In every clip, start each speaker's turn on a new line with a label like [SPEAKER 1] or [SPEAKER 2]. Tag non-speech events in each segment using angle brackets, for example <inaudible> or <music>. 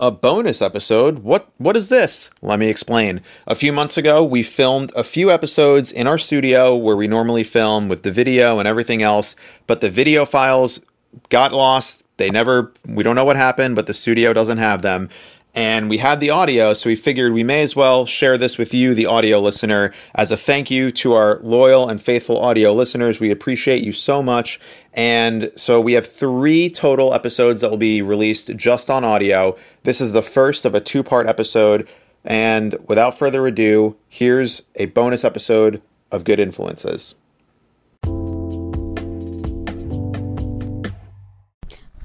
[SPEAKER 1] a bonus episode. What what is this? Let me explain. A few months ago, we filmed a few episodes in our studio where we normally film with the video and everything else, but the video files got lost. They never we don't know what happened, but the studio doesn't have them. And we had the audio, so we figured we may as well share this with you, the audio listener, as a thank you to our loyal and faithful audio listeners. We appreciate you so much. And so we have three total episodes that will be released just on audio. This is the first of a two part episode. And without further ado, here's a bonus episode of Good Influences.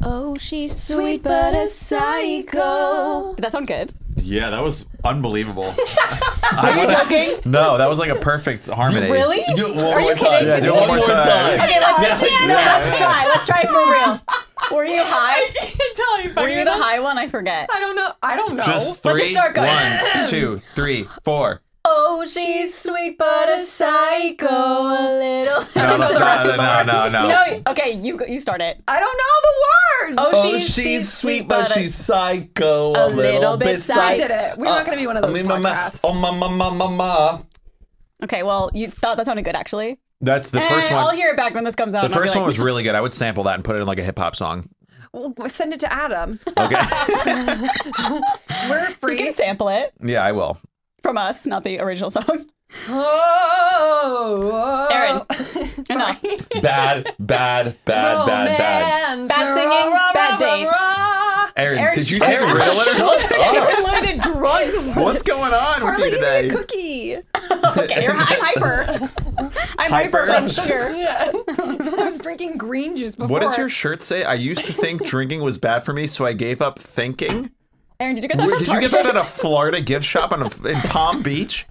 [SPEAKER 2] Oh, she's sweet but a psycho.
[SPEAKER 3] Did that sound good?
[SPEAKER 4] Yeah, that was unbelievable.
[SPEAKER 3] Are you joking?
[SPEAKER 4] no, that was like a perfect harmony.
[SPEAKER 3] Really?
[SPEAKER 5] Do it one more
[SPEAKER 3] you
[SPEAKER 5] time.
[SPEAKER 3] kidding
[SPEAKER 4] Yeah, do it one more time.
[SPEAKER 3] Okay, let's,
[SPEAKER 5] Yeah,
[SPEAKER 3] no, let's try. Let's try for real. Were you high?
[SPEAKER 2] Tell you,
[SPEAKER 3] <laughs> Were you the high one? I forget.
[SPEAKER 2] I don't know. I don't know.
[SPEAKER 4] Just
[SPEAKER 3] Let's
[SPEAKER 4] three,
[SPEAKER 3] just start going.
[SPEAKER 4] one, two, three, four.
[SPEAKER 3] Oh, she's sweet but a psycho a little.
[SPEAKER 4] No, no, no, no, no, no.
[SPEAKER 3] No, okay, you go- you start it.
[SPEAKER 2] I don't know the words.
[SPEAKER 3] Oh,
[SPEAKER 5] Oh,
[SPEAKER 3] she's,
[SPEAKER 5] she's, sweet, but she's psycho. A, little, bit
[SPEAKER 3] psych-
[SPEAKER 2] I
[SPEAKER 5] psycho.
[SPEAKER 2] did it. We're not going to be one of
[SPEAKER 5] I
[SPEAKER 2] those
[SPEAKER 5] mean, my, ma-
[SPEAKER 2] podcasts.
[SPEAKER 5] oh, my, my, my, my, my.
[SPEAKER 3] Okay, well, you thought that sounded good actually.
[SPEAKER 4] That's the first
[SPEAKER 3] Eh, I'll
[SPEAKER 4] one.
[SPEAKER 3] hear it back when this comes out.
[SPEAKER 4] The
[SPEAKER 3] and I'll be
[SPEAKER 4] first one
[SPEAKER 3] like, <laughs>
[SPEAKER 4] was really good. I would sample that and put it in like a hip hop song.
[SPEAKER 2] Well, send it to <laughs> Adam.
[SPEAKER 4] Okay.
[SPEAKER 2] We're
[SPEAKER 3] You
[SPEAKER 2] free.
[SPEAKER 3] can sample it
[SPEAKER 4] yeah, I will.
[SPEAKER 3] from us, not the original song.
[SPEAKER 2] Oh,
[SPEAKER 3] <laughs> Aaron, enough. <laughs>
[SPEAKER 5] Bad, bad, bad,
[SPEAKER 2] oh.
[SPEAKER 5] bad, bad.
[SPEAKER 3] Bad singing, bad dates.
[SPEAKER 4] Aaron,
[SPEAKER 3] Aaron,
[SPEAKER 4] did you
[SPEAKER 3] shut
[SPEAKER 4] take
[SPEAKER 3] up.
[SPEAKER 4] Ritalin? or something? <laughs>
[SPEAKER 3] Unlimited drugs.
[SPEAKER 4] What's going on
[SPEAKER 2] Carly,
[SPEAKER 4] with you
[SPEAKER 2] give me
[SPEAKER 4] today?
[SPEAKER 2] a cookie.
[SPEAKER 3] Okay, you're, I'm hyper. I'm hyper,
[SPEAKER 4] Hyper?
[SPEAKER 3] from <laughs> sugar.
[SPEAKER 2] I was drinking green juice before.
[SPEAKER 4] What does
[SPEAKER 2] <laughs>
[SPEAKER 4] your shirt say? I used to think drinking was bad for me, so I gave up thinking.
[SPEAKER 3] Aaron, did you get that?
[SPEAKER 4] Where-
[SPEAKER 3] from
[SPEAKER 4] Did you get that
[SPEAKER 3] Target?
[SPEAKER 4] at a Florida gift shop on a, in Palm Beach?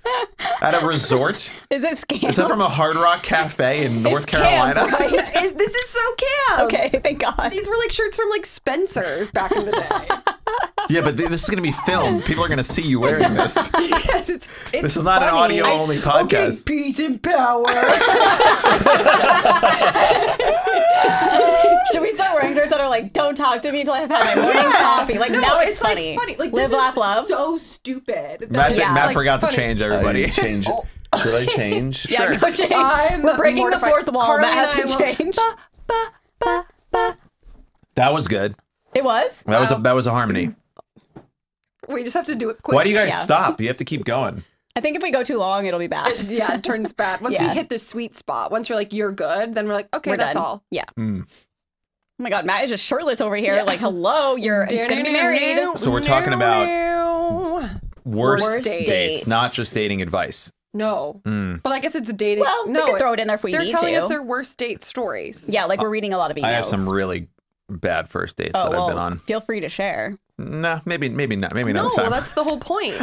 [SPEAKER 4] At a resort?
[SPEAKER 3] Is it scam?
[SPEAKER 4] Is that from a Hard Rock Cafe in North
[SPEAKER 3] Camp,
[SPEAKER 4] Carolina?
[SPEAKER 2] <laughs>
[SPEAKER 3] right?
[SPEAKER 2] Is- this is so camp.
[SPEAKER 3] Okay, thank God.
[SPEAKER 2] These were like shirts from like Spencer's back in the
[SPEAKER 3] <laughs>
[SPEAKER 2] day.
[SPEAKER 4] Yeah, but th- this is going to be filmed. People are going to see you wearing this.
[SPEAKER 5] <laughs>
[SPEAKER 2] yes, it's, it's
[SPEAKER 4] This is not an
[SPEAKER 2] funny.
[SPEAKER 4] audio only podcast.
[SPEAKER 2] Peace
[SPEAKER 4] <laughs>
[SPEAKER 2] and power.
[SPEAKER 3] Should we start wearing shirts that are like, "Don't talk to me until I've had my morning <laughs> coffee"? Like now it's, funny.
[SPEAKER 2] Like, funny. Like,
[SPEAKER 3] Live,
[SPEAKER 2] this
[SPEAKER 3] laugh,
[SPEAKER 2] is
[SPEAKER 3] love.
[SPEAKER 2] So stupid.
[SPEAKER 4] Matt,
[SPEAKER 3] Yeah.
[SPEAKER 4] Matt
[SPEAKER 3] Like,
[SPEAKER 4] forgot
[SPEAKER 2] funny.
[SPEAKER 4] to change
[SPEAKER 5] I
[SPEAKER 4] everybody.
[SPEAKER 5] didn't
[SPEAKER 3] <laughs>
[SPEAKER 5] change it. Should I change?
[SPEAKER 3] yeah, go change.
[SPEAKER 2] I'm
[SPEAKER 3] <laughs> We're breaking
[SPEAKER 2] mortified.
[SPEAKER 3] the fourth wall.
[SPEAKER 2] Carly
[SPEAKER 3] that
[SPEAKER 2] and
[SPEAKER 3] has
[SPEAKER 2] I
[SPEAKER 3] to
[SPEAKER 2] will-
[SPEAKER 3] change.
[SPEAKER 4] That was good.
[SPEAKER 3] It was.
[SPEAKER 4] That was a that was a harmony.
[SPEAKER 2] We just have to do it quick.
[SPEAKER 4] Why do you guys
[SPEAKER 3] Yeah.
[SPEAKER 4] stop? You have to keep going.
[SPEAKER 3] I think if we go too long, it'll
[SPEAKER 2] <laughs>
[SPEAKER 3] be bad.
[SPEAKER 2] Yeah, it turns bad. Once
[SPEAKER 3] Yeah.
[SPEAKER 2] we hit the sweet spot, once you're like, you're good, then we're like, okay,
[SPEAKER 3] We're
[SPEAKER 2] that's
[SPEAKER 3] done.
[SPEAKER 2] all.
[SPEAKER 3] Yeah.
[SPEAKER 4] Hmm.
[SPEAKER 3] Oh my God, Matt is just shirtless over here. Like, hello, you're gonna be married.
[SPEAKER 4] So we're talking about-
[SPEAKER 2] about.
[SPEAKER 4] Worst,
[SPEAKER 2] Worst
[SPEAKER 4] dates.
[SPEAKER 2] dates.
[SPEAKER 4] not just dating advice.
[SPEAKER 2] No.
[SPEAKER 4] Hmm.
[SPEAKER 2] But I guess it's dating.
[SPEAKER 3] Well, we
[SPEAKER 2] no,
[SPEAKER 3] could throw it in there if we
[SPEAKER 2] They're
[SPEAKER 3] need
[SPEAKER 2] telling
[SPEAKER 3] to.
[SPEAKER 2] us their worst date stories.
[SPEAKER 3] Yeah, like we're reading a lot of emails.
[SPEAKER 4] I have some really bad first dates
[SPEAKER 3] oh,
[SPEAKER 4] that
[SPEAKER 3] well,
[SPEAKER 4] I've been on.
[SPEAKER 3] Feel free to share.
[SPEAKER 4] Nah, maybe maybe not. Maybe
[SPEAKER 2] No,
[SPEAKER 4] another time.
[SPEAKER 2] that's the
[SPEAKER 4] <laughs>
[SPEAKER 2] whole point.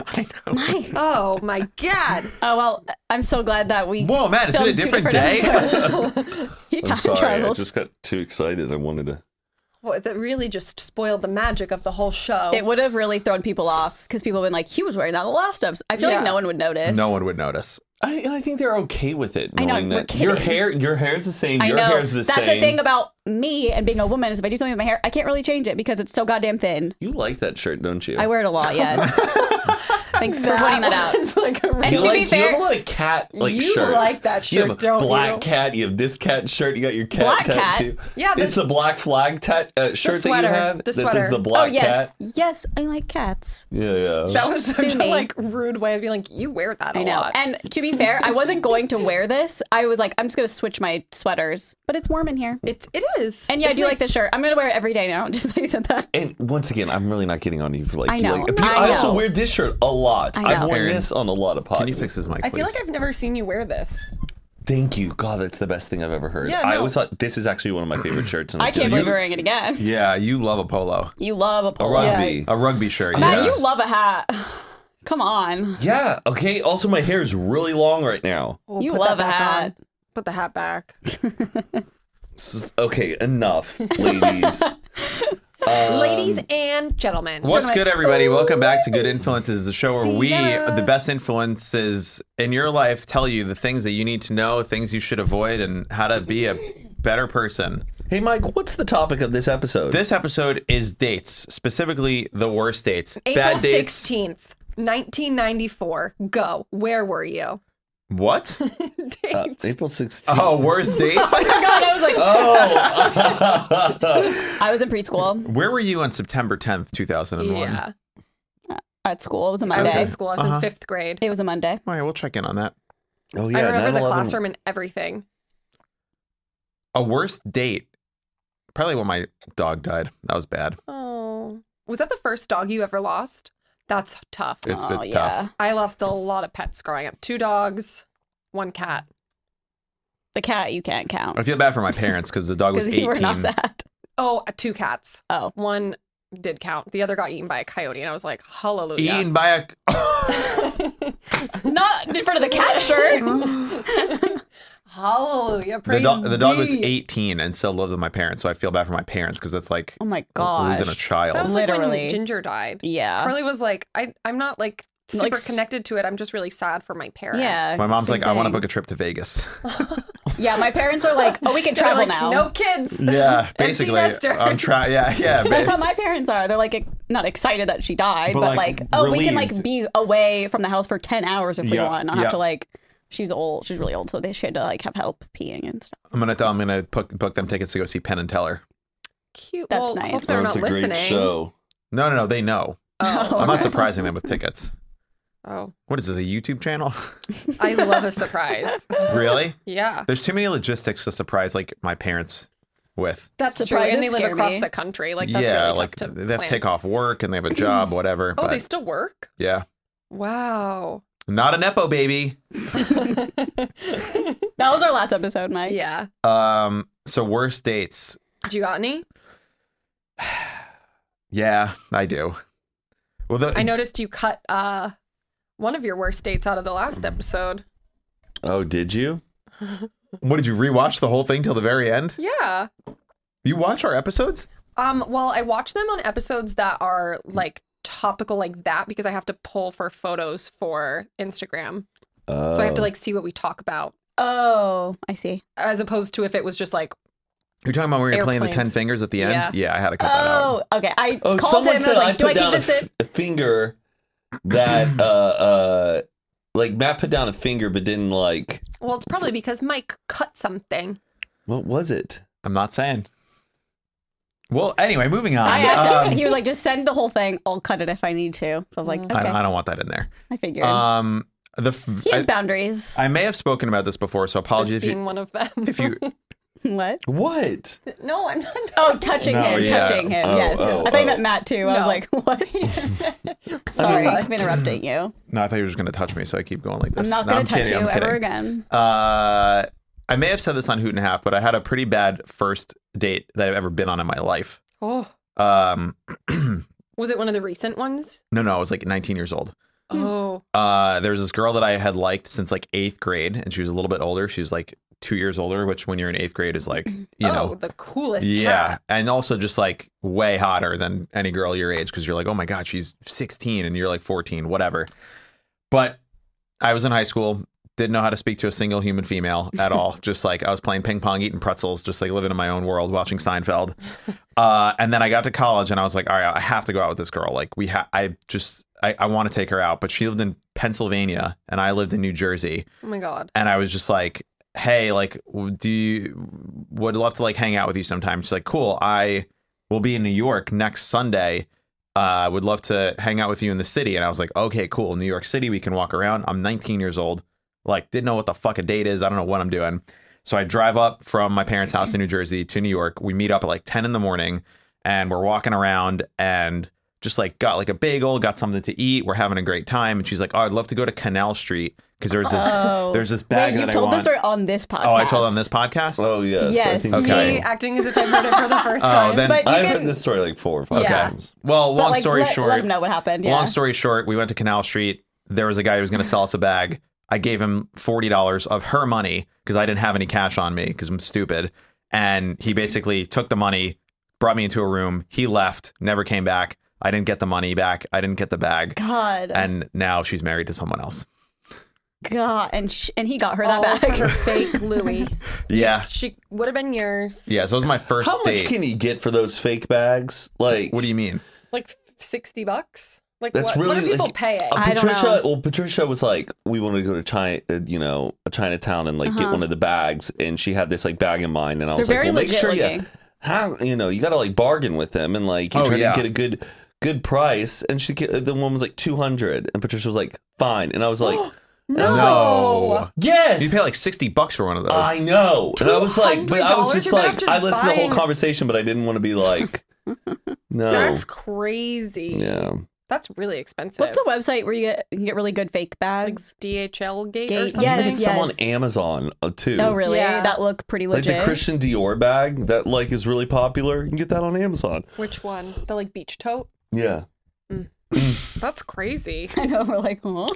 [SPEAKER 3] My.
[SPEAKER 2] Oh my god.
[SPEAKER 3] Oh well, I'm so glad that we.
[SPEAKER 4] Whoa, Matt, is it a
[SPEAKER 3] filmed two
[SPEAKER 4] different day?
[SPEAKER 3] different episodes.
[SPEAKER 4] <laughs>
[SPEAKER 3] <laughs> he
[SPEAKER 5] I'm
[SPEAKER 3] time
[SPEAKER 5] sorry. I
[SPEAKER 3] traveled.
[SPEAKER 5] just got too excited. I wanted to.
[SPEAKER 2] Well, that really just spoiled the magic of the whole show.
[SPEAKER 3] It would have really thrown people off because people have been like, he was wearing that last episode. I feel
[SPEAKER 2] Yeah.
[SPEAKER 3] like no one would notice.
[SPEAKER 4] No one would notice.
[SPEAKER 5] I, and I think they're okay with it.
[SPEAKER 3] I know,
[SPEAKER 5] knowing
[SPEAKER 3] we're
[SPEAKER 5] that your
[SPEAKER 3] kidding.
[SPEAKER 5] hair, your hair's the same.
[SPEAKER 3] I
[SPEAKER 5] your
[SPEAKER 3] know.
[SPEAKER 5] hair's the
[SPEAKER 3] That's
[SPEAKER 5] same.
[SPEAKER 3] the thing about me and being a woman is if I do something with my hair, I can't really change it because it's so goddamn thin.
[SPEAKER 5] you like that shirt, don't you?
[SPEAKER 3] I wear it a lot, yes. Thanks for pointing that
[SPEAKER 2] <laughs>
[SPEAKER 3] out.
[SPEAKER 2] It's like a
[SPEAKER 3] And
[SPEAKER 5] You
[SPEAKER 3] to
[SPEAKER 5] like
[SPEAKER 3] be
[SPEAKER 5] you
[SPEAKER 3] fair,
[SPEAKER 5] have a lot of cat like
[SPEAKER 2] You
[SPEAKER 5] shirts.
[SPEAKER 2] like that
[SPEAKER 5] You have
[SPEAKER 2] shirt,
[SPEAKER 5] a
[SPEAKER 2] don't
[SPEAKER 5] black
[SPEAKER 2] you?
[SPEAKER 5] cat. You have this cat shirt. You got your cat
[SPEAKER 3] Black cat?
[SPEAKER 5] tattoo.
[SPEAKER 2] Yeah, the-
[SPEAKER 5] it's the black flag tat uh, shirt that
[SPEAKER 2] sweater,
[SPEAKER 5] you have.
[SPEAKER 2] the
[SPEAKER 5] that
[SPEAKER 2] sweater.
[SPEAKER 5] says the
[SPEAKER 3] oh
[SPEAKER 5] black
[SPEAKER 3] yes,
[SPEAKER 5] cat.
[SPEAKER 3] yes, I like cats.
[SPEAKER 5] Yeah, yeah.
[SPEAKER 2] That was <laughs> such
[SPEAKER 3] Sue
[SPEAKER 2] a
[SPEAKER 3] me.
[SPEAKER 2] like rude way of being like, you wear that a
[SPEAKER 3] I know.
[SPEAKER 2] lot.
[SPEAKER 3] And to be fair, I wasn't going to wear this. I was like, I'm just gonna switch my sweaters, but it's warm in here.
[SPEAKER 2] It's it is.
[SPEAKER 3] And yeah,
[SPEAKER 2] It's
[SPEAKER 3] I do
[SPEAKER 2] nice.
[SPEAKER 3] like this shirt. I'm gonna wear it every day now. <laughs> Just like you said that.
[SPEAKER 5] And once again, I'm really not getting on you for like.
[SPEAKER 3] I
[SPEAKER 5] you
[SPEAKER 3] know.
[SPEAKER 5] like-
[SPEAKER 3] I
[SPEAKER 5] I also
[SPEAKER 3] know.
[SPEAKER 5] wear this shirt a lot.
[SPEAKER 3] I know.
[SPEAKER 5] I've worn
[SPEAKER 4] Aaron,
[SPEAKER 5] this on a lot of podcasts.
[SPEAKER 4] Can you fix his mic,
[SPEAKER 2] Uh, I feel
[SPEAKER 4] please?
[SPEAKER 2] like I've never seen you wear this.
[SPEAKER 5] Thank you, God. That's the best thing I've ever heard.
[SPEAKER 2] Yeah,
[SPEAKER 5] I
[SPEAKER 2] no.
[SPEAKER 5] always thought this is actually one of my favorite shirts. And
[SPEAKER 3] I
[SPEAKER 5] feel
[SPEAKER 3] can't
[SPEAKER 5] like-
[SPEAKER 3] believe we're wearing it again.
[SPEAKER 4] yeah, you love a polo.
[SPEAKER 3] You love a polo.
[SPEAKER 5] Rugby.
[SPEAKER 4] A rugby shirt.
[SPEAKER 3] Matt,
[SPEAKER 4] yes.
[SPEAKER 3] you love a hat. <sighs> Come on.
[SPEAKER 5] Yeah. Okay. Also, my hair is really long right now.
[SPEAKER 2] We'll
[SPEAKER 3] You
[SPEAKER 2] put that
[SPEAKER 3] love a
[SPEAKER 2] back
[SPEAKER 3] hat.
[SPEAKER 2] on. Put the hat back.
[SPEAKER 5] S- Okay, enough, ladies.
[SPEAKER 4] Um,
[SPEAKER 2] Ladies and gentlemen.
[SPEAKER 4] What's
[SPEAKER 2] Gentlemen.
[SPEAKER 4] good, everybody? Welcome back to Good Influences, the show where
[SPEAKER 2] Oh. See
[SPEAKER 4] we,
[SPEAKER 2] ya.
[SPEAKER 4] the best influences in your life, tell you the things that you need to know, things you should avoid, and how to be a better person.
[SPEAKER 5] Hey, Mike, what's the topic of this episode?
[SPEAKER 4] This episode is dates, specifically the worst dates.
[SPEAKER 2] April
[SPEAKER 4] Bad dates.
[SPEAKER 2] sixteenth, nineteen ninety four. Go. Where were you? <laughs> Oh
[SPEAKER 4] What?
[SPEAKER 2] Dates.
[SPEAKER 5] Uh, April 16th.
[SPEAKER 4] Oh,
[SPEAKER 2] <laughs>
[SPEAKER 4] worst dates?
[SPEAKER 3] God, I was like,
[SPEAKER 4] Oh.
[SPEAKER 3] I was in preschool
[SPEAKER 4] Where were you on September 10th, 2001?
[SPEAKER 2] yeah.
[SPEAKER 3] at school. It was a
[SPEAKER 2] I was
[SPEAKER 3] Monday.
[SPEAKER 2] in school. I was
[SPEAKER 4] Uh-huh.
[SPEAKER 2] in fifth grade.
[SPEAKER 3] It was a Monday.
[SPEAKER 4] All right, we'll check in on that.
[SPEAKER 5] oh yeah,
[SPEAKER 2] I remember the
[SPEAKER 5] 9/11.
[SPEAKER 2] classroom and everything.
[SPEAKER 4] A worst date. Probably when my dog died. That was bad.
[SPEAKER 2] Oh. Was that the first dog you ever lost? That's tough.
[SPEAKER 4] It's,
[SPEAKER 3] Oh,
[SPEAKER 4] it's
[SPEAKER 3] yeah.
[SPEAKER 4] tough.
[SPEAKER 2] I lost a lot of pets growing up. Two dogs, one cat.
[SPEAKER 3] The cat you can't count
[SPEAKER 4] I feel bad for my parents because the dog was
[SPEAKER 3] <laughs> because
[SPEAKER 4] 18.
[SPEAKER 3] you were not sad.
[SPEAKER 2] Oh, two cats.
[SPEAKER 3] Oh,
[SPEAKER 2] One did count. The other got eaten by a coyote, and I was like, hallelujah.
[SPEAKER 4] Eaten by a.
[SPEAKER 3] not in front of the cat
[SPEAKER 2] <laughs>
[SPEAKER 3] shirt. Oh
[SPEAKER 4] <laughs>
[SPEAKER 2] Hallelujah.
[SPEAKER 4] the,
[SPEAKER 2] Praise
[SPEAKER 4] do- the dog was
[SPEAKER 2] thee.
[SPEAKER 4] 18 and still lived with my parents. So I feel bad for my parents because that's like
[SPEAKER 3] Oh my
[SPEAKER 4] losing a
[SPEAKER 3] gosh.
[SPEAKER 4] child.
[SPEAKER 2] That was like
[SPEAKER 3] Literally.
[SPEAKER 2] when Ginger died.
[SPEAKER 3] Yeah.
[SPEAKER 2] Carly was like, I, I'm not like super
[SPEAKER 3] Like s-
[SPEAKER 2] connected to it. I'm just really sad for my parents.
[SPEAKER 3] Yeah.
[SPEAKER 4] my mom's
[SPEAKER 3] Same
[SPEAKER 4] like, I want to
[SPEAKER 3] thing.
[SPEAKER 4] book a trip to
[SPEAKER 3] <laughs>
[SPEAKER 4] Vegas.
[SPEAKER 3] Yeah, my parents are like, oh, we
[SPEAKER 2] <laughs>
[SPEAKER 3] can
[SPEAKER 2] They're
[SPEAKER 3] travel
[SPEAKER 2] like,
[SPEAKER 3] now.
[SPEAKER 2] No kids.
[SPEAKER 4] yeah, basically.
[SPEAKER 2] nesters.
[SPEAKER 3] <laughs>
[SPEAKER 4] I'm trying. Yeah, yeah. ba-
[SPEAKER 3] That's how my parents are. They're like ex- not excited that she died,
[SPEAKER 4] But,
[SPEAKER 3] but,
[SPEAKER 4] like,
[SPEAKER 3] like, oh, we can
[SPEAKER 4] relieved.
[SPEAKER 3] like be away from the house for ten hours if we
[SPEAKER 4] Yeah,
[SPEAKER 3] want. Not
[SPEAKER 4] yeah.
[SPEAKER 3] have to like. She's old. She's really old, so they she had to like have help peeing and stuff.
[SPEAKER 4] I'm gonna tell. I'm gonna book, book them tickets to go see Penn and Teller.
[SPEAKER 2] Cute.
[SPEAKER 3] That's
[SPEAKER 2] well,
[SPEAKER 3] nice.
[SPEAKER 2] Hope they're
[SPEAKER 5] That's
[SPEAKER 2] not
[SPEAKER 5] a great
[SPEAKER 2] listening.
[SPEAKER 5] show.
[SPEAKER 4] No, no, no. They know.
[SPEAKER 2] <laughs> Oh,
[SPEAKER 4] I'm
[SPEAKER 3] <laughs>
[SPEAKER 4] not surprising them with tickets.
[SPEAKER 2] oh.
[SPEAKER 4] What is this? A YouTube
[SPEAKER 3] <laughs>
[SPEAKER 4] channel?
[SPEAKER 2] I love a surprise. <laughs>
[SPEAKER 4] really?
[SPEAKER 2] Yeah.
[SPEAKER 4] There's too many logistics to surprise like my parents with.
[SPEAKER 2] That's
[SPEAKER 3] Surprises
[SPEAKER 2] true. And they live
[SPEAKER 3] scare
[SPEAKER 2] across
[SPEAKER 3] me.
[SPEAKER 2] the country. Like that's
[SPEAKER 4] yeah,
[SPEAKER 2] really
[SPEAKER 4] like
[SPEAKER 2] tough to
[SPEAKER 4] they have to
[SPEAKER 2] plan.
[SPEAKER 4] take off work and they have a job, whatever.
[SPEAKER 2] Oh,
[SPEAKER 4] but
[SPEAKER 2] they still work?
[SPEAKER 4] yeah,
[SPEAKER 2] Wow.
[SPEAKER 4] not an nepo baby.
[SPEAKER 3] That was our last episode, Mike.
[SPEAKER 2] Yeah.
[SPEAKER 4] Um, so worst dates.
[SPEAKER 2] Do you got any?
[SPEAKER 4] Yeah, I do. Well, the,
[SPEAKER 2] I noticed you cut uh one of your worst dates out of the last
[SPEAKER 4] Mm.
[SPEAKER 2] episode.
[SPEAKER 5] Oh, did you?
[SPEAKER 4] What did you rewatch the whole thing till the very end?
[SPEAKER 2] Yeah.
[SPEAKER 4] You watch our episodes?
[SPEAKER 2] Um, well, I watch them on episodes that are like topical like that because I have to pull for photos for Instagram. So I
[SPEAKER 5] Oh.
[SPEAKER 4] Oh.
[SPEAKER 2] have to like see what we talk about
[SPEAKER 3] Oh, I see.
[SPEAKER 2] as opposed to if it was just like
[SPEAKER 4] You're talking about when we were playing the ten
[SPEAKER 2] Airplanes.
[SPEAKER 4] fingers at the end.
[SPEAKER 2] Yeah.
[SPEAKER 4] Yeah, I had to cut that out.
[SPEAKER 3] Oh, okay. I
[SPEAKER 5] Oh,
[SPEAKER 3] called him.
[SPEAKER 5] someone
[SPEAKER 3] And I
[SPEAKER 5] said
[SPEAKER 3] was
[SPEAKER 5] I
[SPEAKER 3] like, do
[SPEAKER 5] put
[SPEAKER 3] I keep
[SPEAKER 5] down a,
[SPEAKER 3] this
[SPEAKER 4] <laughs>
[SPEAKER 3] in?
[SPEAKER 5] f- a finger
[SPEAKER 4] <clears throat>
[SPEAKER 5] that uh uh like Matt put down a finger but didn't like
[SPEAKER 2] well, it's probably because Mike cut something.
[SPEAKER 5] what was it?
[SPEAKER 4] I'm not saying. Well, anyway, moving on.
[SPEAKER 3] I asked
[SPEAKER 4] Um,
[SPEAKER 3] him. <laughs> He was like, just send the whole thing. I'll cut it if I need to. So I was like, okay,
[SPEAKER 4] I, don't,
[SPEAKER 3] I,
[SPEAKER 4] I don't want that in there.
[SPEAKER 3] figured.
[SPEAKER 4] Um, the f-
[SPEAKER 3] he has
[SPEAKER 4] uh, I-
[SPEAKER 3] boundaries.
[SPEAKER 4] I may have spoken about this before, so apologies
[SPEAKER 2] This
[SPEAKER 4] if
[SPEAKER 2] being
[SPEAKER 4] you,
[SPEAKER 2] one of them.
[SPEAKER 4] if you.
[SPEAKER 3] <laughs> what?
[SPEAKER 5] What?
[SPEAKER 2] <laughs> no, I'm not.
[SPEAKER 3] Oh, touching
[SPEAKER 4] No,
[SPEAKER 3] him,
[SPEAKER 4] yeah.
[SPEAKER 3] touching him.
[SPEAKER 5] Oh,
[SPEAKER 3] yes,
[SPEAKER 5] oh,
[SPEAKER 3] I thought you
[SPEAKER 5] oh.
[SPEAKER 3] meant Matt too. I was
[SPEAKER 2] No.
[SPEAKER 3] like, <laughs>
[SPEAKER 4] <laughs>
[SPEAKER 3] what? Sorry, I'm interrupting you.
[SPEAKER 4] <laughs> No, I thought you were just going to touch me, so I keep going like this.
[SPEAKER 3] I'm not
[SPEAKER 4] No,
[SPEAKER 3] going to touch
[SPEAKER 4] kidding,
[SPEAKER 3] you
[SPEAKER 4] I'm
[SPEAKER 3] ever
[SPEAKER 4] kidding. <laughs>
[SPEAKER 3] again.
[SPEAKER 4] Uh, I may have said this on Hoot and Half, but I had a pretty bad first date that I've ever been on in my life.
[SPEAKER 2] Oh,
[SPEAKER 4] Um, <clears throat>
[SPEAKER 2] was it one of the recent ones?
[SPEAKER 4] no, no, I was like 19 years old.
[SPEAKER 2] Oh,
[SPEAKER 4] uh, there was this girl that I had liked since like eighth grade, and she was a little bit older. She was like two years older, which when you're in eighth grade is like, you
[SPEAKER 2] oh,
[SPEAKER 4] know,
[SPEAKER 2] the coolest.
[SPEAKER 4] yeah,
[SPEAKER 2] cat.
[SPEAKER 4] and also just like way hotter than any girl your age because you're like, oh my god, she's 16 and you're like 14, whatever. But I was in high school, didn't know how to speak to a single human female at all. just like I was playing ping pong, eating pretzels, just like living in my own world, watching Seinfeld. Uh, and then I got to college and I was like, all right, I have to go out with this girl. Like we ha- I just, I, I want to take her out, but she lived in Pennsylvania and I lived in New Jersey.
[SPEAKER 2] Oh my god.
[SPEAKER 4] And I was just like, hey, like, w- do you, would love to like hang out with you sometime. She's like, cool. I will be in New York next Sunday. Uh, would love to hang out with you in the city. And I was like, okay, cool. New York City, we can walk around. I'm 19 years old. Like, didn't know what the fuck a date is. I don't know what I'm doing. So I drive up from my parents' house in New Jersey to New York. We meet up at like 10 in the morning and we're walking around and just like got like a bagel, got something to eat. We're having a great time. And she's like, oh, I'd love to go to Canal Street because there's this
[SPEAKER 3] Oh,
[SPEAKER 4] there's this bag
[SPEAKER 3] Wait, you
[SPEAKER 4] that I
[SPEAKER 3] told this
[SPEAKER 4] want.
[SPEAKER 3] or on this podcast?
[SPEAKER 4] Oh, I told on this podcast.
[SPEAKER 5] Oh yes. I
[SPEAKER 3] Yes.
[SPEAKER 5] think
[SPEAKER 4] Okay.
[SPEAKER 5] so.
[SPEAKER 2] Me acting as if I heard it for the
[SPEAKER 4] <laughs>
[SPEAKER 2] first
[SPEAKER 4] Oh,
[SPEAKER 2] time.
[SPEAKER 4] then
[SPEAKER 3] But you
[SPEAKER 5] I've
[SPEAKER 3] can,
[SPEAKER 5] heard this story like four or five
[SPEAKER 2] Yeah.
[SPEAKER 5] times.
[SPEAKER 4] well,
[SPEAKER 3] but,
[SPEAKER 4] long
[SPEAKER 3] like,
[SPEAKER 4] story
[SPEAKER 3] let,
[SPEAKER 4] short,
[SPEAKER 3] let him know what happened. Yeah.
[SPEAKER 4] long story short, we went to Canal Street. There was a guy who was going to sell us a bag. I gave him forty dollars of her money because I didn't have any cash on me because I'm stupid. And he basically took the money, brought me into a room. He left, never came back. I didn't get the money back. I didn't get the bag.
[SPEAKER 3] God.
[SPEAKER 4] And now she's married to someone else.
[SPEAKER 3] God, and sh- and he got her
[SPEAKER 4] Oh,
[SPEAKER 2] All
[SPEAKER 3] that
[SPEAKER 2] for
[SPEAKER 3] back.
[SPEAKER 2] her
[SPEAKER 3] <laughs>
[SPEAKER 2] fake Louis.
[SPEAKER 4] Yeah.
[SPEAKER 2] She would have been yours.
[SPEAKER 4] Yeah. So it was my first
[SPEAKER 5] How much
[SPEAKER 4] date.
[SPEAKER 5] can you get for those fake bags? Like,
[SPEAKER 4] what do you mean?
[SPEAKER 2] Like sixty bucks. Like
[SPEAKER 5] That's
[SPEAKER 2] what? what
[SPEAKER 5] really,
[SPEAKER 2] do people
[SPEAKER 5] like,
[SPEAKER 2] pay it?
[SPEAKER 5] Uh,
[SPEAKER 3] I don't
[SPEAKER 5] Patricia,
[SPEAKER 3] know.
[SPEAKER 5] well, Patricia was like, we want to go to China, uh, you know, Chinatown and like get
[SPEAKER 3] Uh-huh.
[SPEAKER 5] one of the bags, and she had this like bag in mind, and I
[SPEAKER 3] They're
[SPEAKER 5] was like,
[SPEAKER 3] very
[SPEAKER 5] well, make
[SPEAKER 3] legit
[SPEAKER 5] sure you,
[SPEAKER 3] looking.
[SPEAKER 5] how, you know, you got to like bargain with them, and like you
[SPEAKER 4] Oh,
[SPEAKER 5] try
[SPEAKER 4] yeah.
[SPEAKER 5] to get a good, good price, and she, ca- the one was like two hundred, and Patricia was like, fine, and I
[SPEAKER 3] <gasps>
[SPEAKER 5] was like, and I was like,
[SPEAKER 2] No.
[SPEAKER 5] yes,
[SPEAKER 4] You pay like sixty bucks for one of those.
[SPEAKER 5] I know, and I was like, but I was
[SPEAKER 2] $200?
[SPEAKER 5] just
[SPEAKER 2] You're not
[SPEAKER 5] like,
[SPEAKER 2] just
[SPEAKER 5] I listened to the whole
[SPEAKER 2] buying-
[SPEAKER 5] conversation, but I didn't want to
[SPEAKER 3] <laughs>
[SPEAKER 5] be like, no,
[SPEAKER 2] That's crazy.
[SPEAKER 5] yeah,
[SPEAKER 2] That's really expensive.
[SPEAKER 3] What's the website where you get you can get really good fake bags?
[SPEAKER 2] DHL gate, or
[SPEAKER 3] Gate,
[SPEAKER 2] something?
[SPEAKER 5] I
[SPEAKER 3] yes,
[SPEAKER 5] think
[SPEAKER 3] yes.
[SPEAKER 5] some on Amazon uh, too.
[SPEAKER 3] Oh, really?
[SPEAKER 2] Yeah.
[SPEAKER 3] That look pretty
[SPEAKER 5] like
[SPEAKER 3] legit.
[SPEAKER 5] the Christian Dior bag that like is really popular. You can get that on Amazon.
[SPEAKER 2] Which one? The like beach tote?
[SPEAKER 5] Yeah.
[SPEAKER 2] That's crazy.
[SPEAKER 3] <laughs> I know. We're like, huh?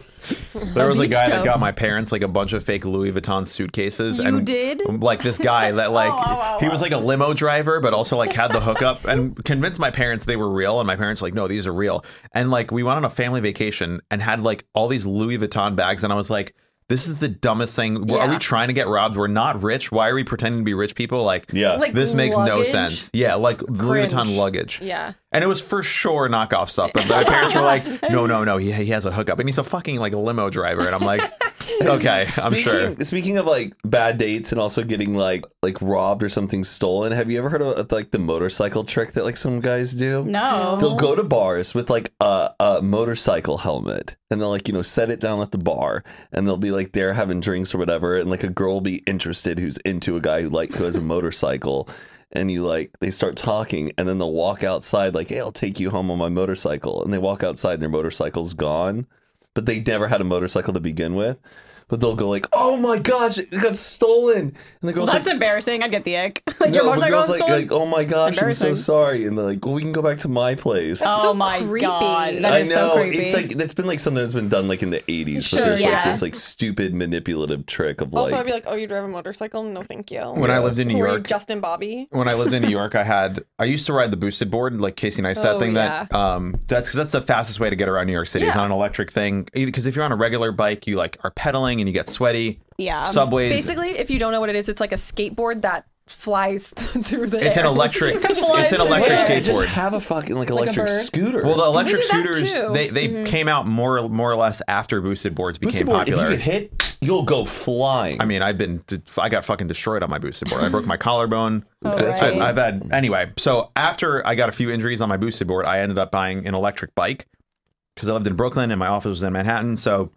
[SPEAKER 4] There was a
[SPEAKER 3] beach
[SPEAKER 4] guy that
[SPEAKER 3] tub.
[SPEAKER 4] got my parents like a bunch of fake Louis Vuitton suitcases.
[SPEAKER 2] You
[SPEAKER 4] and
[SPEAKER 2] did? Oh,
[SPEAKER 4] Like this guy
[SPEAKER 2] <laughs>
[SPEAKER 4] that like he was like a limo driver, but also like had the hookup and convinced my parents they were real. And my parents like, no, these are real. And like we went on a family vacation and had like all these Louis Vuitton bags, and I was like. This is the dumbest thing. Well, Are we
[SPEAKER 2] Yeah.
[SPEAKER 4] trying to get robbed? We're not rich. Why are we pretending to be rich people? Like,
[SPEAKER 5] Yeah.
[SPEAKER 2] Like
[SPEAKER 4] this makes no
[SPEAKER 2] luggage?
[SPEAKER 4] sense. Yeah, like Louis Vuitton
[SPEAKER 2] Cringe.
[SPEAKER 4] luggage.
[SPEAKER 2] Yeah.
[SPEAKER 4] And it was for sure knockoff stuff. But my parents were like,
[SPEAKER 2] <laughs>
[SPEAKER 4] no, no, no, he, he has a hookup. And he's a fucking like limo driver. And I'm like,
[SPEAKER 2] <laughs>
[SPEAKER 4] okay, I'm sure.
[SPEAKER 5] Speaking- Speaking of like bad dates and also getting like like robbed or something stolen, have you ever heard of like the motorcycle trick that like some guys do?
[SPEAKER 3] No.
[SPEAKER 5] They'll go to bars with like a, a motorcycle helmet and they'll like, you know, set it down at the bar and they'll be like there having drinks or whatever. And like a girl will be interested who's into a guy who like who has a motorcycle. And you like, they start talking and then they'll walk outside like, hey, I'll take you home on my motorcycle. And they walk outside and their motorcycle's gone, but they never had a motorcycle to begin with. But they'll go like, oh my gosh, it got stolen. And the girl's like,
[SPEAKER 3] That's embarrassing. I'd get
[SPEAKER 4] <laughs>
[SPEAKER 3] the ick. like your
[SPEAKER 5] no, but
[SPEAKER 3] motorcycle
[SPEAKER 5] girl's
[SPEAKER 3] was
[SPEAKER 5] like,
[SPEAKER 3] stolen.
[SPEAKER 5] like, oh my gosh, I'm so
[SPEAKER 3] Embarrassing.
[SPEAKER 5] sorry. And they're like, well, we can go back to my place.
[SPEAKER 3] oh
[SPEAKER 2] so
[SPEAKER 3] my
[SPEAKER 2] creepy.
[SPEAKER 3] god, that
[SPEAKER 5] I
[SPEAKER 3] is
[SPEAKER 5] know
[SPEAKER 3] so creepy.
[SPEAKER 5] it's like that's been like something that's been done like in the '80s,
[SPEAKER 2] Sure,
[SPEAKER 5] but there's like
[SPEAKER 3] yeah.
[SPEAKER 5] this like stupid manipulative trick of like,
[SPEAKER 2] Also, I'd be like, oh, you drive a motorcycle? No, thank you.
[SPEAKER 4] When I lived in New
[SPEAKER 2] Who are you,
[SPEAKER 4] York,
[SPEAKER 2] Justin Bobby.
[SPEAKER 4] when I lived in New York, I had I used to ride the boosted board, like Casey Neistat
[SPEAKER 2] Oh,
[SPEAKER 4] thing. That um, that's because that's the fastest way to get around New York City is
[SPEAKER 2] Yeah.
[SPEAKER 4] on an electric thing. Because if you're on a regular bike, you like are pedaling and you get sweaty.
[SPEAKER 3] Yeah.
[SPEAKER 4] subways.
[SPEAKER 2] Basically, if you don't know what it is, it's like a skateboard that flies <laughs> through the
[SPEAKER 4] It's an
[SPEAKER 2] air.
[SPEAKER 4] electric.
[SPEAKER 2] Why
[SPEAKER 4] it's
[SPEAKER 2] is
[SPEAKER 4] an
[SPEAKER 2] it
[SPEAKER 4] electric
[SPEAKER 5] Why don't you
[SPEAKER 4] skateboard.
[SPEAKER 5] Just have a fucking like
[SPEAKER 2] a
[SPEAKER 5] electric
[SPEAKER 2] bird.
[SPEAKER 5] scooter.
[SPEAKER 4] well, the electric
[SPEAKER 2] do that
[SPEAKER 4] scooters
[SPEAKER 2] too. Mm-hmm.
[SPEAKER 4] they they came out more more or less after boosted boards
[SPEAKER 5] Boosted
[SPEAKER 4] became
[SPEAKER 5] board,
[SPEAKER 4] popular.
[SPEAKER 5] If you get hit, you'll go flying.
[SPEAKER 4] I mean, I've been, I got fucking destroyed on my boosted board. I broke my collarbone.
[SPEAKER 3] that's
[SPEAKER 4] I've-
[SPEAKER 3] right.
[SPEAKER 4] I've had, anyway. So after I got a few injuries on my boosted board, I ended up buying an electric bike because I lived in Brooklyn and my office was in Manhattan. So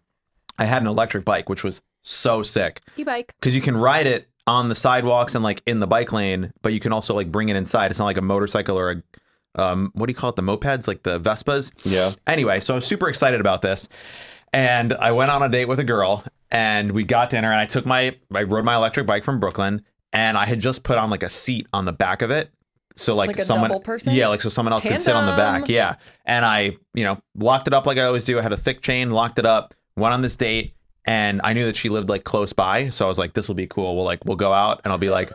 [SPEAKER 4] I had an electric bike, which was so sick
[SPEAKER 2] e-bike.
[SPEAKER 4] because you can ride it on the sidewalks and like in the bike lane, but you can also like bring it inside. It's not like a motorcycle or a um, what do you call it? The mopeds, like the Vespas.
[SPEAKER 5] Yeah.
[SPEAKER 4] Anyway, so I was super excited about this, and I went on a date with a girl, and we got dinner, and I took my I rode my electric bike from Brooklyn, and I had just put on like a seat on the back of it. So like,
[SPEAKER 2] Like a
[SPEAKER 4] someone,
[SPEAKER 2] double person?
[SPEAKER 4] yeah, like so someone else could sit on the
[SPEAKER 2] Tandem.
[SPEAKER 4] back, yeah. And I, you know, locked it up like I always do. I had a thick chain, locked it up, went on this date, and I knew that she lived like close by. So I was like, this will be cool. We'll like, we'll go out and I'll be like,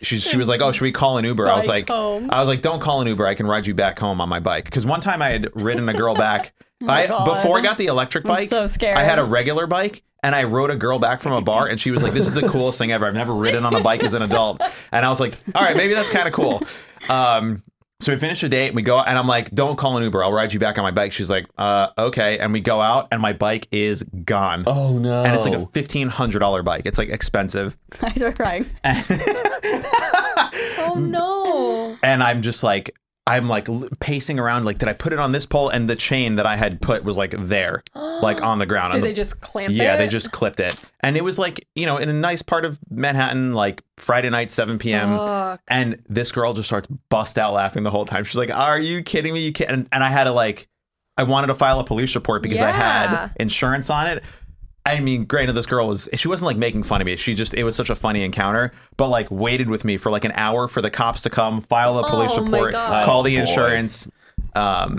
[SPEAKER 4] she, she was like, oh, should we call an Uber? I was like,
[SPEAKER 2] Bike home.
[SPEAKER 4] I was like, don't call an Uber. I can ride you back home on my bike. Cause one time I had ridden a girl back. I,
[SPEAKER 3] God.
[SPEAKER 4] before I got the electric bike,
[SPEAKER 3] so scared.
[SPEAKER 4] I had a regular bike and I rode a girl back from a bar and she was like, this
[SPEAKER 2] <laughs>
[SPEAKER 4] is the coolest thing ever. I've never ridden on a bike as an adult. And I was like, all right, maybe that's kind of cool. Um, so we finish the date, we go out, and I'm like, don't call an Uber. I'll ride you back on my bike. She's like, uh, okay. And we go out, and my bike is gone.
[SPEAKER 5] oh no,
[SPEAKER 4] And it's like a $1,500 bike. It's like expensive.
[SPEAKER 3] <laughs> I start crying.
[SPEAKER 2] Oh
[SPEAKER 4] <laughs>
[SPEAKER 2] no.
[SPEAKER 4] And I'm just like, I'm like l- pacing around, like, did I put it on this pole? And the chain that I had put was like there,
[SPEAKER 2] <gasps>
[SPEAKER 4] like on the ground.
[SPEAKER 2] Did
[SPEAKER 4] And the-
[SPEAKER 2] they just clamp it?
[SPEAKER 4] yeah, they just clipped it. And it was like, you know, in a nice part of Manhattan, like Friday night, 7 p.m.
[SPEAKER 2] Fuck.
[SPEAKER 4] And this girl just starts bust out laughing the whole time. She's like, Are you kidding me? You can't. And, and I had to like, I wanted to file a police report because I
[SPEAKER 2] Yeah.
[SPEAKER 4] had insurance on it. I mean, granted, this girl was, she wasn't like making fun of me. She just, it was such a funny encounter, but like waited with me for like an hour for the cops to come, file a police
[SPEAKER 2] Oh my
[SPEAKER 4] report,
[SPEAKER 2] God.
[SPEAKER 4] call the
[SPEAKER 5] Oh, boy.
[SPEAKER 4] insurance. Um,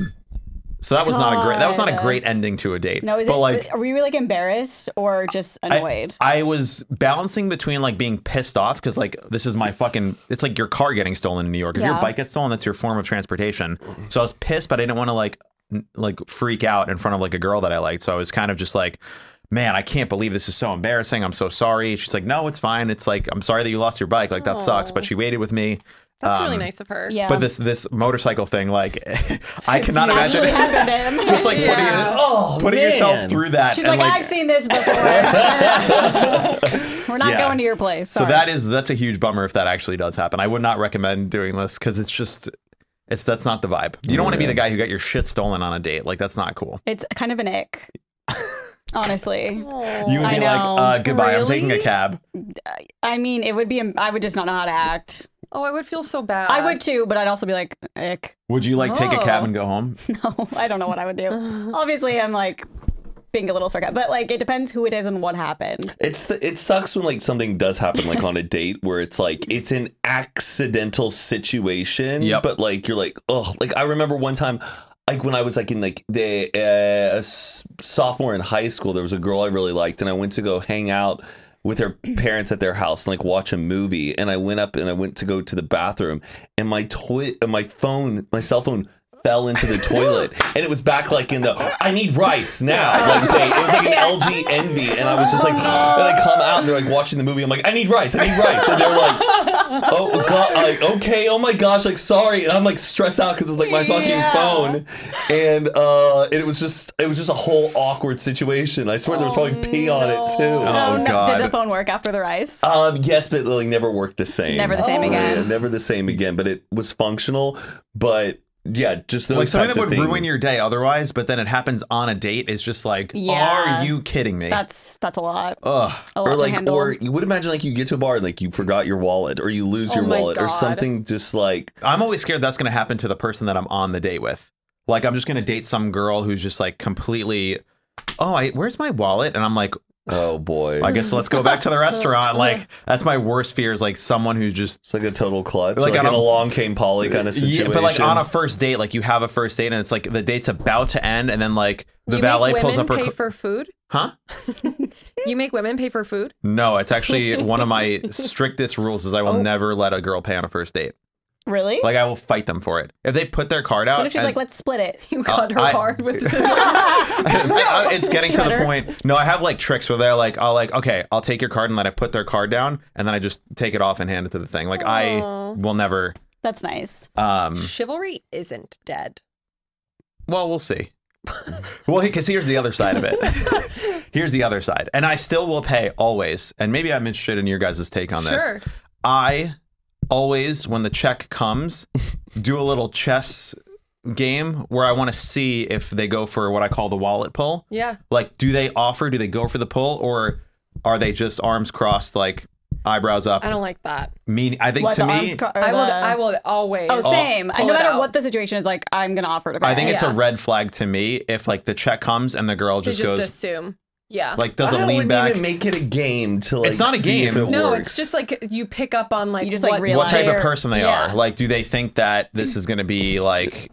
[SPEAKER 4] so that was not a great, that was not a
[SPEAKER 3] God.
[SPEAKER 4] great ending to a date.
[SPEAKER 3] No, is
[SPEAKER 4] but
[SPEAKER 3] it?
[SPEAKER 4] like,
[SPEAKER 3] are we like embarrassed or just annoyed?
[SPEAKER 4] I was balancing between like being pissed off because like this is my fucking it's like your car getting stolen in New York. If your
[SPEAKER 3] Yeah.
[SPEAKER 4] bike gets stolen, that's your form of transportation. So I was pissed, but I didn't want to like n- like freak out in front of like a girl that I liked. So I was kind of just like, man, I can't believe this is so embarrassing. I'm so sorry. She's like, no, it's fine. It's like, I'm sorry that you lost your bike. Like, that sucks. But
[SPEAKER 2] Aw.
[SPEAKER 4] she waited with me.
[SPEAKER 2] That's
[SPEAKER 4] Um,
[SPEAKER 2] really nice of her.
[SPEAKER 3] Yeah.
[SPEAKER 4] But this this motorcycle thing, like, <laughs> I cannot imagine
[SPEAKER 3] actually happened to
[SPEAKER 4] <laughs>
[SPEAKER 3] him.
[SPEAKER 4] just like putting,
[SPEAKER 2] Yeah.
[SPEAKER 4] it, putting yourself
[SPEAKER 5] Oh, man.
[SPEAKER 4] through that.
[SPEAKER 3] She's
[SPEAKER 4] and,
[SPEAKER 3] like, I've seen this before.
[SPEAKER 4] <laughs>
[SPEAKER 3] We're not
[SPEAKER 4] Yeah.
[SPEAKER 3] going to your place.
[SPEAKER 4] So
[SPEAKER 3] Sorry.
[SPEAKER 4] that is that's a huge bummer if that actually does happen. I would not recommend doing this because it's just it's that's not the vibe. You don't want to be the guy who got your shit stolen on a date. Like that's not cool.
[SPEAKER 3] it's kind of an ick. Honestly,
[SPEAKER 2] Oh.
[SPEAKER 4] You would
[SPEAKER 3] I
[SPEAKER 4] be
[SPEAKER 3] know.
[SPEAKER 4] like, uh, goodbye. I'm taking a
[SPEAKER 2] Really?
[SPEAKER 4] cab.
[SPEAKER 3] I mean, it would be. I would just not know how to act.
[SPEAKER 2] Oh, I would feel so bad.
[SPEAKER 3] I would too, but I'd also be like, ick. <laughs>
[SPEAKER 4] Would you like take a cab
[SPEAKER 2] Oh.
[SPEAKER 4] and go <laughs> home?
[SPEAKER 3] No, I don't know what I
[SPEAKER 2] <laughs>
[SPEAKER 3] would do. Obviously, I'm like being a little sarcastic, but like it depends who it is and what happened.
[SPEAKER 5] It's the, it sucks when like something does happen like on a date where it's like it's an accidental situation.
[SPEAKER 4] <laughs> Yep.
[SPEAKER 5] But like you're like oh like I remember one time like when I was like in like the uh, s- sophomore in high school there was a girl I really liked and I went to go hang out with her parents at their house and like watch a movie and I went up and I went to go to the bathroom and my toy uh, my phone my cell phone fell into the toilet and it was back like in the I need rice now like date. It was like an LG Envy and I was just like and I come out and they're like watching the movie I'm like I need rice I need rice and they're like oh god like okay oh my gosh like sorry and I'm like stressed out because it's like my fucking
[SPEAKER 3] Yeah.
[SPEAKER 5] phone and uh and it was just it was just a whole awkward situation I swear there was
[SPEAKER 3] Oh,
[SPEAKER 5] probably pee on it too
[SPEAKER 4] Oh, God. Uh,
[SPEAKER 3] Did the phone work after the rice?
[SPEAKER 5] um, yes, but like never worked the same.
[SPEAKER 3] Never the same
[SPEAKER 4] oh,
[SPEAKER 5] Yeah,
[SPEAKER 3] again.
[SPEAKER 5] never the same again. But it was functional. But yeah, just those
[SPEAKER 4] Like something
[SPEAKER 5] types
[SPEAKER 4] that
[SPEAKER 5] of
[SPEAKER 4] would
[SPEAKER 5] things.
[SPEAKER 4] ruin your day otherwise, but then it happens on a date is just like,
[SPEAKER 3] Yeah.
[SPEAKER 4] are you kidding me?
[SPEAKER 3] That's that's a lot.
[SPEAKER 4] Ugh.
[SPEAKER 3] A lot
[SPEAKER 5] or
[SPEAKER 3] to
[SPEAKER 5] like,
[SPEAKER 3] handle.
[SPEAKER 5] or you would imagine like you get to a bar and like you forgot your wallet, or you lose
[SPEAKER 2] Oh
[SPEAKER 5] your
[SPEAKER 2] my
[SPEAKER 5] wallet,
[SPEAKER 2] God.
[SPEAKER 5] or something just like
[SPEAKER 4] I'm always scared that's going to happen to the person that I'm on the date with. Like, I'm just going to date some girl who's just like completely, oh, I, where's my wallet? And I'm like,
[SPEAKER 5] oh boy,
[SPEAKER 4] I guess let's go back
[SPEAKER 2] <laughs>
[SPEAKER 4] to the restaurant. Like, that's my worst fear is like someone who's just
[SPEAKER 5] it's like a total klutz,
[SPEAKER 4] Like
[SPEAKER 5] like,
[SPEAKER 4] on
[SPEAKER 5] an
[SPEAKER 4] a-
[SPEAKER 5] along came Polly kind of situation.
[SPEAKER 4] Yeah, but like on a first date, like you have a first date and it's like the date's about to end, and then like the
[SPEAKER 2] you
[SPEAKER 4] valet
[SPEAKER 2] make
[SPEAKER 4] pulls
[SPEAKER 2] women
[SPEAKER 4] up her.
[SPEAKER 2] pay
[SPEAKER 4] cl-
[SPEAKER 2] for food.
[SPEAKER 4] huh?
[SPEAKER 2] You make women pay for food.
[SPEAKER 4] <laughs> No, it's
[SPEAKER 2] <laughs>
[SPEAKER 4] actually one of my strictest rules is I
[SPEAKER 2] Oh.
[SPEAKER 4] will never let a girl pay on a first date.
[SPEAKER 3] really?
[SPEAKER 4] Like uh, I will fight them for it. If they put their card out,
[SPEAKER 3] what if she's
[SPEAKER 4] and-
[SPEAKER 3] like, let's split it? <laughs>
[SPEAKER 2] You got her
[SPEAKER 4] I-
[SPEAKER 2] hard with scissors.
[SPEAKER 4] <laughs> I- I- it's getting to the
[SPEAKER 3] Shudder.
[SPEAKER 4] point. No, I have like tricks where they're like, I'll like, okay, I'll take your card and then I put their card down and then I just take it off and hand it to the thing. Like I
[SPEAKER 2] Aw.
[SPEAKER 4] will never.
[SPEAKER 3] <laughs> That's nice.
[SPEAKER 4] um
[SPEAKER 2] <laughs> Chivalry isn't dead.
[SPEAKER 4] Well, we'll see. <laughs> well, because here's the other side of it. here's the other side, and I still will pay always. And maybe I'm interested in your guys' take on this.
[SPEAKER 2] Sure.
[SPEAKER 4] I always, when the check comes, do a little chess game where I want to see if they go for what I call the wallet pull.
[SPEAKER 2] Yeah.
[SPEAKER 4] Like, do they offer? Do they go for the pull, or are they just arms crossed, like eyebrows up?
[SPEAKER 2] I don't like that.
[SPEAKER 4] mean. I think
[SPEAKER 3] What
[SPEAKER 4] to
[SPEAKER 3] the
[SPEAKER 4] me,
[SPEAKER 3] arms? Cro- or
[SPEAKER 2] I would.
[SPEAKER 3] the-
[SPEAKER 2] I would always.
[SPEAKER 3] Oh, same.
[SPEAKER 2] pull
[SPEAKER 3] no
[SPEAKER 2] it
[SPEAKER 3] matter
[SPEAKER 2] out.
[SPEAKER 3] what the situation is, like I'm gonna offer to pay.
[SPEAKER 4] I think it's a
[SPEAKER 2] Yeah.
[SPEAKER 4] red flag to me if like the check comes and the girl
[SPEAKER 2] They
[SPEAKER 4] just,
[SPEAKER 2] just
[SPEAKER 4] goes
[SPEAKER 2] assume. Yeah.
[SPEAKER 4] like does a
[SPEAKER 5] I
[SPEAKER 4] lean
[SPEAKER 5] wouldn't
[SPEAKER 4] back.
[SPEAKER 5] even make it a game to like
[SPEAKER 4] It's not a
[SPEAKER 5] see if
[SPEAKER 4] game.
[SPEAKER 5] it
[SPEAKER 2] no,
[SPEAKER 5] works.
[SPEAKER 2] it's just like you pick up on like
[SPEAKER 3] You just, like,
[SPEAKER 2] what,
[SPEAKER 3] realize-
[SPEAKER 4] what type of
[SPEAKER 3] They're-
[SPEAKER 4] person they
[SPEAKER 3] yeah.
[SPEAKER 4] are. Like, do they think that this is going to be like?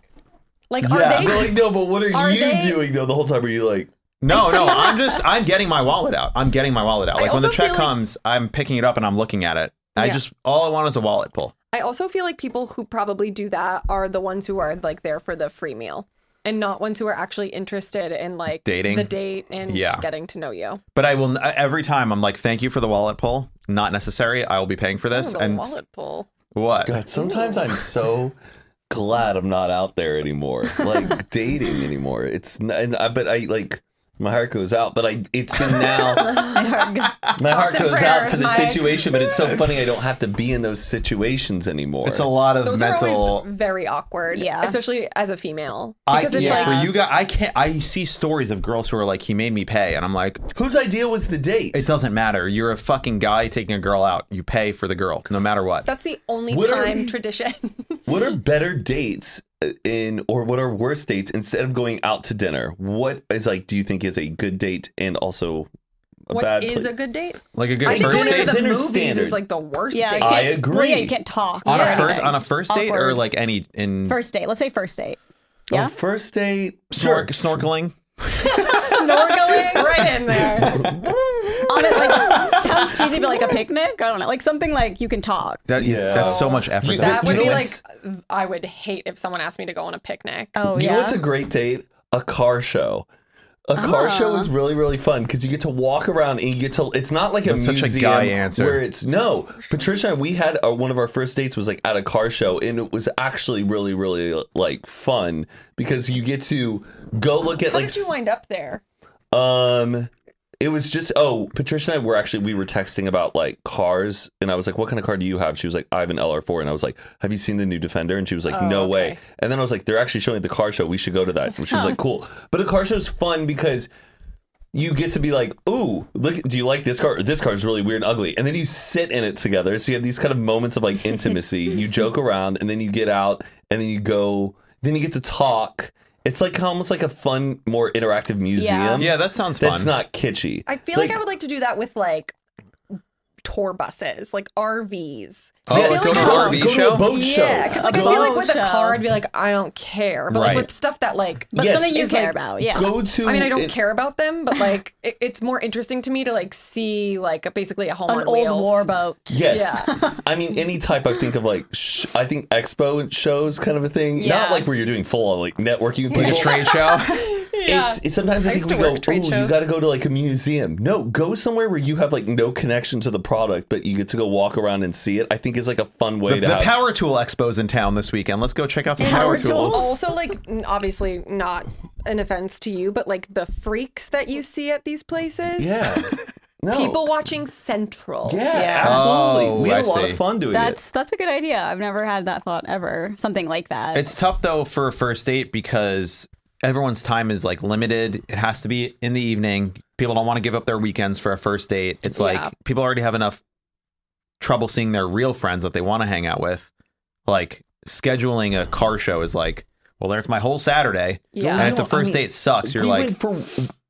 [SPEAKER 2] like are
[SPEAKER 4] Yeah. <laughs>
[SPEAKER 2] they
[SPEAKER 5] But, like no, but what are,
[SPEAKER 2] Are
[SPEAKER 5] you
[SPEAKER 2] they-
[SPEAKER 5] doing though? The whole time are you like
[SPEAKER 4] No, no. I'm just. I'm getting my wallet out. I'm getting my wallet out.
[SPEAKER 2] I
[SPEAKER 4] Like when the
[SPEAKER 2] also feel
[SPEAKER 4] check
[SPEAKER 2] like-
[SPEAKER 4] comes, I'm picking it up and I'm looking at it. I
[SPEAKER 2] Yeah.
[SPEAKER 4] just all I want is a wallet pull.
[SPEAKER 2] I also feel like people who probably do that are the ones who are like there for the free meal and not ones who are actually interested in like
[SPEAKER 4] Dating?
[SPEAKER 2] the date and
[SPEAKER 4] Yeah.
[SPEAKER 2] getting to know you.
[SPEAKER 4] But I will every time. I'm like, thank you for the wallet pull. Not necessary. I will be paying for this.
[SPEAKER 2] Oh, the
[SPEAKER 4] And
[SPEAKER 2] wallet pull.
[SPEAKER 4] what?
[SPEAKER 5] God, sometimes I'm so glad I'm not out there anymore, like dating anymore. It's n- and I but I like my heart goes out, but I it's been now
[SPEAKER 2] <laughs>
[SPEAKER 5] my heart
[SPEAKER 2] Thoughts and
[SPEAKER 5] goes out
[SPEAKER 2] prayers,
[SPEAKER 5] to the
[SPEAKER 2] Mike.
[SPEAKER 5] situation, but it's so funny I don't have to be in those situations anymore.
[SPEAKER 4] It's a lot of
[SPEAKER 2] Those
[SPEAKER 4] mental.
[SPEAKER 2] are always very awkward.
[SPEAKER 3] Yeah.
[SPEAKER 2] Especially as a female.
[SPEAKER 4] I,
[SPEAKER 2] Because it's
[SPEAKER 4] yeah,
[SPEAKER 2] like
[SPEAKER 4] for you guys, I can't. I see stories of girls who are like, he made me pay, and I'm like,
[SPEAKER 5] whose idea was the date?
[SPEAKER 4] it doesn't matter. You're a fucking guy taking a girl out. You pay for the girl, no matter what.
[SPEAKER 2] that's the only
[SPEAKER 5] What are-
[SPEAKER 2] time tradition. <laughs>
[SPEAKER 5] What are better dates uh, in or what are worse dates instead of going out to dinner? What is like do you think is a good date and also a
[SPEAKER 2] what
[SPEAKER 5] bad
[SPEAKER 2] is
[SPEAKER 5] place?
[SPEAKER 2] a good date?
[SPEAKER 4] like a
[SPEAKER 2] I
[SPEAKER 4] good
[SPEAKER 2] think
[SPEAKER 4] first
[SPEAKER 2] going
[SPEAKER 5] date-
[SPEAKER 2] to the
[SPEAKER 5] dinner
[SPEAKER 2] movies
[SPEAKER 5] standard.
[SPEAKER 2] is like the worst
[SPEAKER 3] yeah,
[SPEAKER 2] date.
[SPEAKER 3] <laughs>
[SPEAKER 5] I
[SPEAKER 3] you can't-
[SPEAKER 5] agree.
[SPEAKER 3] Well, yeah, you can't talk
[SPEAKER 4] on
[SPEAKER 3] or
[SPEAKER 4] a first
[SPEAKER 3] anything.
[SPEAKER 4] on a first date or
[SPEAKER 3] Awkward.
[SPEAKER 4] like any in
[SPEAKER 3] first date. Let's say first date.
[SPEAKER 5] On
[SPEAKER 3] Yeah.
[SPEAKER 5] first date,
[SPEAKER 4] snor- snorkeling.
[SPEAKER 2] <laughs>
[SPEAKER 3] Snorkeling.
[SPEAKER 2] right in there.
[SPEAKER 3] on it like <laughs> sounds cheesy but like a picnic i don't know like something like you can talk
[SPEAKER 4] That,
[SPEAKER 5] Yeah.
[SPEAKER 4] That's so much effort.
[SPEAKER 5] You-
[SPEAKER 4] that-
[SPEAKER 2] That would
[SPEAKER 5] You know
[SPEAKER 2] be like
[SPEAKER 5] what's-
[SPEAKER 2] I would hate if someone asked me to go on a picnic.
[SPEAKER 3] oh
[SPEAKER 5] you
[SPEAKER 3] yeah
[SPEAKER 5] know what's a great date? A car show. A car
[SPEAKER 2] Ah.
[SPEAKER 5] show is really really fun because you get to walk around and you get to. It's not like
[SPEAKER 4] That's
[SPEAKER 5] a
[SPEAKER 4] such a
[SPEAKER 5] museum
[SPEAKER 4] guy answer.
[SPEAKER 5] where it's no. Patricia and we had our, one of our first dates was like at a car show and it was actually really really like fun because you get to go look at
[SPEAKER 2] How
[SPEAKER 5] like
[SPEAKER 2] did you wind up there?
[SPEAKER 5] um, it was just oh, Patricia and I were actually we were texting about like cars, and I was like, "What kind of car do you have?" She was like, "I have an LR4," and I was like, "Have you seen the new Defender?" And she was like,
[SPEAKER 2] Oh,
[SPEAKER 5] "No way."
[SPEAKER 2] okay.
[SPEAKER 5] And then I was like, "They're actually showing at the car show. We should go to that." And she
[SPEAKER 2] <laughs>
[SPEAKER 5] was like, "Cool." But a car show is fun because you get to be like, "Ooh, look, do you like this car? This car is really weird and ugly." And then you sit in it together, so you have these kind of moments of
[SPEAKER 2] <laughs>
[SPEAKER 5] like intimacy. you joke around, and then you get out, and then you go, then you get to talk. It's like almost like a fun, more interactive museum.
[SPEAKER 4] Yeah, that sounds fun.
[SPEAKER 5] That's not kitschy.
[SPEAKER 2] I feel like, I would like to do that with like tour buses, like RVs.
[SPEAKER 4] Oh,
[SPEAKER 5] Uh,
[SPEAKER 2] I feel
[SPEAKER 4] let's go
[SPEAKER 2] like
[SPEAKER 4] to
[SPEAKER 2] I
[SPEAKER 4] an
[SPEAKER 2] don't-
[SPEAKER 4] RV
[SPEAKER 5] Go to
[SPEAKER 4] show?
[SPEAKER 5] a boat
[SPEAKER 2] Yeah,
[SPEAKER 5] show.
[SPEAKER 2] because like
[SPEAKER 3] A
[SPEAKER 2] I feel like with a
[SPEAKER 3] boat
[SPEAKER 2] car,
[SPEAKER 3] show.
[SPEAKER 2] I'd be like, I don't care. But
[SPEAKER 4] Right.
[SPEAKER 2] like with stuff that like,
[SPEAKER 3] But
[SPEAKER 5] Yes.
[SPEAKER 3] something you
[SPEAKER 2] It's
[SPEAKER 3] care
[SPEAKER 2] like-
[SPEAKER 3] about, yeah.
[SPEAKER 5] Go to.
[SPEAKER 2] I mean, I don't
[SPEAKER 5] it-
[SPEAKER 2] care about them,
[SPEAKER 5] <laughs>
[SPEAKER 2] but like it, it's more interesting to me to like see like a, basically a home
[SPEAKER 3] An
[SPEAKER 2] on
[SPEAKER 3] old
[SPEAKER 2] wheels.
[SPEAKER 3] war boat.
[SPEAKER 5] Yes. <laughs> I mean, any type. I think of like, sh- I think expo and shows kind of a thing.
[SPEAKER 3] Yeah.
[SPEAKER 5] Not like where you're doing full on like networking. with
[SPEAKER 4] Like a
[SPEAKER 2] <laughs>
[SPEAKER 5] people.
[SPEAKER 4] trade show.
[SPEAKER 5] It's, it's sometimes I,
[SPEAKER 2] I
[SPEAKER 5] think
[SPEAKER 2] used
[SPEAKER 5] we
[SPEAKER 2] to
[SPEAKER 5] go,
[SPEAKER 2] work trade
[SPEAKER 5] oh, you
[SPEAKER 2] shows."
[SPEAKER 5] got to go to like a museum. No, go somewhere where you have like no connection to the product, but you get to go walk around and see it. I think is like a fun way
[SPEAKER 4] <laughs> The,
[SPEAKER 5] to
[SPEAKER 4] the
[SPEAKER 5] have.
[SPEAKER 4] Power Tool Expo's in town this weekend. Let's go check out some Power,
[SPEAKER 3] Power
[SPEAKER 4] Tools.
[SPEAKER 3] tools.
[SPEAKER 2] Also, like n- obviously not an offense to you, but like the freaks that you see at these
[SPEAKER 4] <laughs>
[SPEAKER 2] places.
[SPEAKER 5] yeah. No.
[SPEAKER 2] People watching Central.
[SPEAKER 5] Yeah,
[SPEAKER 3] Yeah.
[SPEAKER 5] absolutely. we
[SPEAKER 4] Oh,
[SPEAKER 5] had
[SPEAKER 4] I
[SPEAKER 5] a lot
[SPEAKER 4] see.
[SPEAKER 5] of fun doing
[SPEAKER 3] That's that's a good idea. I've never had that thought ever. Something like that.
[SPEAKER 4] It's tough though for a first date because everyone's time is like limited. It has to be in the evening. People don't want to give up their weekends for a first date. It's like
[SPEAKER 2] Yeah.
[SPEAKER 4] people already have enough trouble seeing their real friends that they want to hang out with. Like scheduling a car show is like, well, there's my whole Saturday.
[SPEAKER 2] Yeah.
[SPEAKER 4] And if the
[SPEAKER 5] No, I
[SPEAKER 4] first
[SPEAKER 5] mean,
[SPEAKER 4] date sucks,
[SPEAKER 5] it.
[SPEAKER 4] you're
[SPEAKER 5] we
[SPEAKER 4] like,
[SPEAKER 5] went for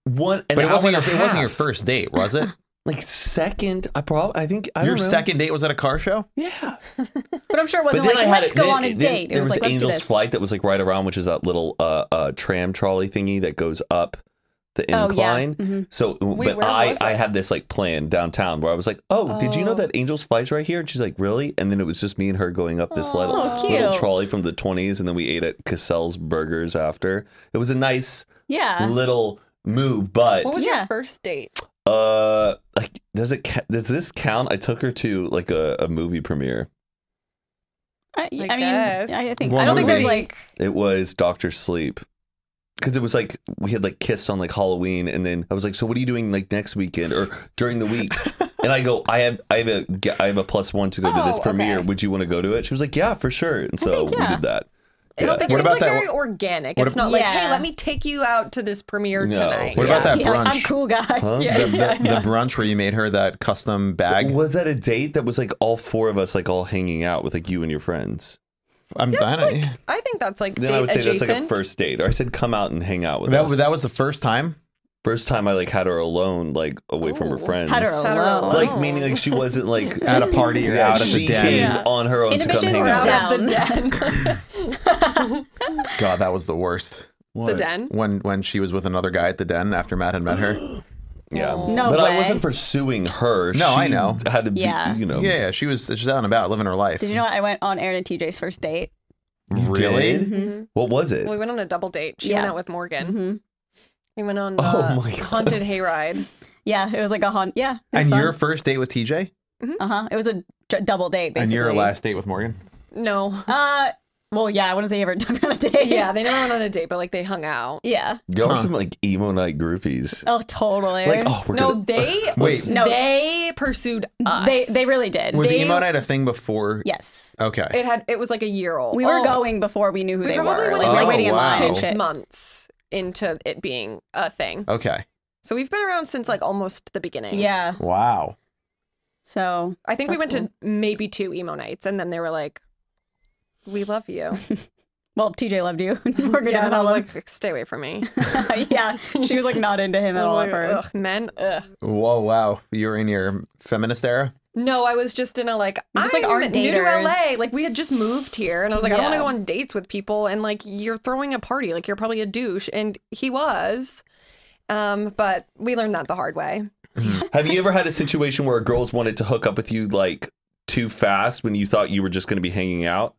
[SPEAKER 5] one. An
[SPEAKER 4] but it wasn't, your,
[SPEAKER 5] hour and a
[SPEAKER 4] it wasn't your
[SPEAKER 5] half.
[SPEAKER 4] first date, was
[SPEAKER 5] <laughs>
[SPEAKER 4] it?
[SPEAKER 5] like second. I probably I think I
[SPEAKER 4] your
[SPEAKER 5] don't know.
[SPEAKER 4] second date was at a car show?
[SPEAKER 5] Yeah,
[SPEAKER 3] but I'm sure it wasn't
[SPEAKER 5] then
[SPEAKER 3] like
[SPEAKER 5] I had
[SPEAKER 3] let's
[SPEAKER 5] it-
[SPEAKER 3] go
[SPEAKER 5] then-
[SPEAKER 3] on a
[SPEAKER 5] then
[SPEAKER 3] date. It
[SPEAKER 5] there
[SPEAKER 3] was, like let's do
[SPEAKER 5] Angel's
[SPEAKER 3] this.
[SPEAKER 5] Flight that was like right around, which is that little uh, uh, tram trolley thingy that goes up the
[SPEAKER 3] Oh, yeah.
[SPEAKER 5] incline.
[SPEAKER 3] Mhm.
[SPEAKER 5] So, but
[SPEAKER 2] where
[SPEAKER 5] I
[SPEAKER 2] was
[SPEAKER 5] I
[SPEAKER 2] it?
[SPEAKER 5] had this like plan downtown where I was like, oh, did you know
[SPEAKER 2] Oh.
[SPEAKER 5] that Angel's Flight's right here? And she's like, really? And then it was just me and her going up this
[SPEAKER 2] Oh,
[SPEAKER 5] little,
[SPEAKER 3] cute.
[SPEAKER 5] little trolley from the twenties, and then we ate at Cassell's Burgers after. It was a nice
[SPEAKER 3] Yeah.
[SPEAKER 5] little move, but
[SPEAKER 2] What was
[SPEAKER 3] Yeah.
[SPEAKER 2] your first date?
[SPEAKER 5] uh, like, does it ca- does this count? I took her to like a, a movie premiere.
[SPEAKER 3] I, I mean,
[SPEAKER 2] guess.
[SPEAKER 3] I I think
[SPEAKER 4] Well,
[SPEAKER 3] I don't think
[SPEAKER 4] maybe.
[SPEAKER 3] there's like
[SPEAKER 5] It was Doctor Sleep. Because it was like we had like kissed on like Halloween, and then I was like, "So what are you doing like next weekend or during
[SPEAKER 2] <laughs>
[SPEAKER 5] the week?" and I go, "I have I have a ge- I have a plus one to go to this
[SPEAKER 2] Oh,
[SPEAKER 5] premiere.
[SPEAKER 2] okay.
[SPEAKER 5] Would you want to go to it?" She was like, "Yeah, for sure." And so
[SPEAKER 3] think, yeah.
[SPEAKER 5] we did that.
[SPEAKER 2] It
[SPEAKER 5] Yeah.
[SPEAKER 2] that
[SPEAKER 4] What
[SPEAKER 2] seems
[SPEAKER 4] about
[SPEAKER 2] like
[SPEAKER 4] that-
[SPEAKER 2] very organic.
[SPEAKER 4] what
[SPEAKER 2] It's
[SPEAKER 4] ab-
[SPEAKER 2] not like,
[SPEAKER 3] Yeah.
[SPEAKER 2] hey, let me take you out to this premiere
[SPEAKER 5] No.
[SPEAKER 2] tonight.
[SPEAKER 4] What about
[SPEAKER 2] Yeah.
[SPEAKER 4] that
[SPEAKER 3] yeah, like,
[SPEAKER 4] brunch?
[SPEAKER 3] I'm cool guy.
[SPEAKER 5] Huh?
[SPEAKER 3] Yeah,
[SPEAKER 5] <laughs>
[SPEAKER 4] the, the,
[SPEAKER 3] yeah, yeah.
[SPEAKER 4] the brunch where you made her that custom bag.
[SPEAKER 5] Was that a date that was like all four of us like all hanging out with like you and your friends?
[SPEAKER 4] I'm
[SPEAKER 2] That's
[SPEAKER 4] dying.
[SPEAKER 2] like, I think that's like
[SPEAKER 5] Then
[SPEAKER 2] date
[SPEAKER 5] I would say
[SPEAKER 2] adjacent.
[SPEAKER 5] that's like a first date, or I said come out and hang out
[SPEAKER 4] <laughs>
[SPEAKER 5] with
[SPEAKER 4] That
[SPEAKER 5] us.
[SPEAKER 4] was that was the first time.
[SPEAKER 5] first time I like had her alone, like away from her
[SPEAKER 2] Ooh.
[SPEAKER 5] friends.
[SPEAKER 3] Had her
[SPEAKER 2] Had her
[SPEAKER 3] alone.
[SPEAKER 5] like meaning like she wasn't like
[SPEAKER 4] At a party or <laughs> out at the
[SPEAKER 5] she
[SPEAKER 4] den.
[SPEAKER 5] came
[SPEAKER 3] Yeah.
[SPEAKER 5] on her own to come
[SPEAKER 3] Inhibitions
[SPEAKER 5] hang
[SPEAKER 3] were
[SPEAKER 5] out.
[SPEAKER 3] down. <laughs>
[SPEAKER 2] Out of the den.
[SPEAKER 4] God, that was the worst.
[SPEAKER 2] the den.
[SPEAKER 4] When when she was with another guy at the den after Matt had met
[SPEAKER 5] <gasps>
[SPEAKER 4] her.
[SPEAKER 5] Yeah.
[SPEAKER 3] No
[SPEAKER 5] but I
[SPEAKER 3] way.
[SPEAKER 5] wasn't pursuing her.
[SPEAKER 4] No,
[SPEAKER 5] she
[SPEAKER 4] I know.
[SPEAKER 5] Had to be,
[SPEAKER 3] Yeah.
[SPEAKER 5] you know.
[SPEAKER 4] Yeah, yeah, she was she's out and about living her life.
[SPEAKER 3] Did you know what? I went on air to TJ's first date?
[SPEAKER 5] You
[SPEAKER 4] Really?
[SPEAKER 5] did?
[SPEAKER 3] Mm-hmm.
[SPEAKER 5] What was it?
[SPEAKER 2] Well, we went on a double date. She
[SPEAKER 3] Yeah.
[SPEAKER 2] went out with Morgan.
[SPEAKER 3] Mhm.
[SPEAKER 2] We went on
[SPEAKER 5] Oh
[SPEAKER 2] uh,
[SPEAKER 5] my God.
[SPEAKER 2] haunted hayride.
[SPEAKER 3] Yeah, it was like a haunt. Yeah, it was
[SPEAKER 4] And
[SPEAKER 3] fun.
[SPEAKER 4] your first date with TJ
[SPEAKER 3] uh huh. It was a d- double date
[SPEAKER 4] and
[SPEAKER 3] basically.
[SPEAKER 4] your last date with Morgan.
[SPEAKER 2] No.
[SPEAKER 3] Uh, well, yeah. I wouldn't say you ever <laughs> took on a
[SPEAKER 2] <laughs>
[SPEAKER 3] date.
[SPEAKER 2] Yeah, they never went on a date, but like they hung out.
[SPEAKER 3] yeah.
[SPEAKER 5] Y'all were some like emo night groupies.
[SPEAKER 3] Oh, totally.
[SPEAKER 5] Like, oh, we're
[SPEAKER 2] No,
[SPEAKER 5] gonna.
[SPEAKER 2] they
[SPEAKER 5] <laughs>
[SPEAKER 4] Wait.
[SPEAKER 3] <laughs>
[SPEAKER 2] no.
[SPEAKER 3] No.
[SPEAKER 2] they pursued us.
[SPEAKER 3] they they really did.
[SPEAKER 4] Was
[SPEAKER 3] They-
[SPEAKER 4] emo night a thing before?
[SPEAKER 3] Yes.
[SPEAKER 4] Okay.
[SPEAKER 2] it had it was like a year old.
[SPEAKER 3] We were
[SPEAKER 2] Oh,
[SPEAKER 3] going before we knew who
[SPEAKER 2] We
[SPEAKER 3] they
[SPEAKER 2] probably
[SPEAKER 3] were.
[SPEAKER 2] went
[SPEAKER 3] Like, we
[SPEAKER 4] Oh,
[SPEAKER 3] were waiting in
[SPEAKER 4] wow.
[SPEAKER 3] line. and
[SPEAKER 2] six
[SPEAKER 3] shit.
[SPEAKER 2] months into it being a thing.
[SPEAKER 4] okay.
[SPEAKER 2] So we've been around since like almost the beginning.
[SPEAKER 3] Yeah.
[SPEAKER 4] Wow.
[SPEAKER 3] So
[SPEAKER 2] I think we went
[SPEAKER 3] That's
[SPEAKER 2] to maybe two emo nights, and then they were like, "We love <laughs> you."
[SPEAKER 3] well, TJ loved you. <laughs> Morgan
[SPEAKER 2] yeah,
[SPEAKER 3] didn't
[SPEAKER 2] and I was
[SPEAKER 3] love
[SPEAKER 2] like, "Stay away from <laughs> me."
[SPEAKER 3] him. yeah. She was like <laughs> not into him
[SPEAKER 2] I
[SPEAKER 3] at
[SPEAKER 2] was
[SPEAKER 3] all
[SPEAKER 2] like,
[SPEAKER 3] at first.
[SPEAKER 2] "Ugh, men, ugh."
[SPEAKER 4] Whoa. Wow. You were in your feminist era.
[SPEAKER 2] No, I was just in a like
[SPEAKER 3] You're
[SPEAKER 2] I'm
[SPEAKER 3] just, like, our
[SPEAKER 2] new to
[SPEAKER 3] daters.
[SPEAKER 2] LA. Like we had just moved here, and I was like, I don't want to
[SPEAKER 3] Yeah.
[SPEAKER 2] go on dates with people. And like you're throwing a party, like you're probably a douche, and he was. Um, but we learned that the hard way.
[SPEAKER 5] Have you ever had a situation where girls wanted to hook up with you like too fast when you thought you were just gonna be hanging out?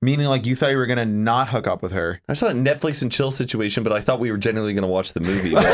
[SPEAKER 4] Meaning, like you thought you were gonna not hook up with her.
[SPEAKER 5] I saw a Netflix and chill situation, but I thought we were generally going to watch the movie. but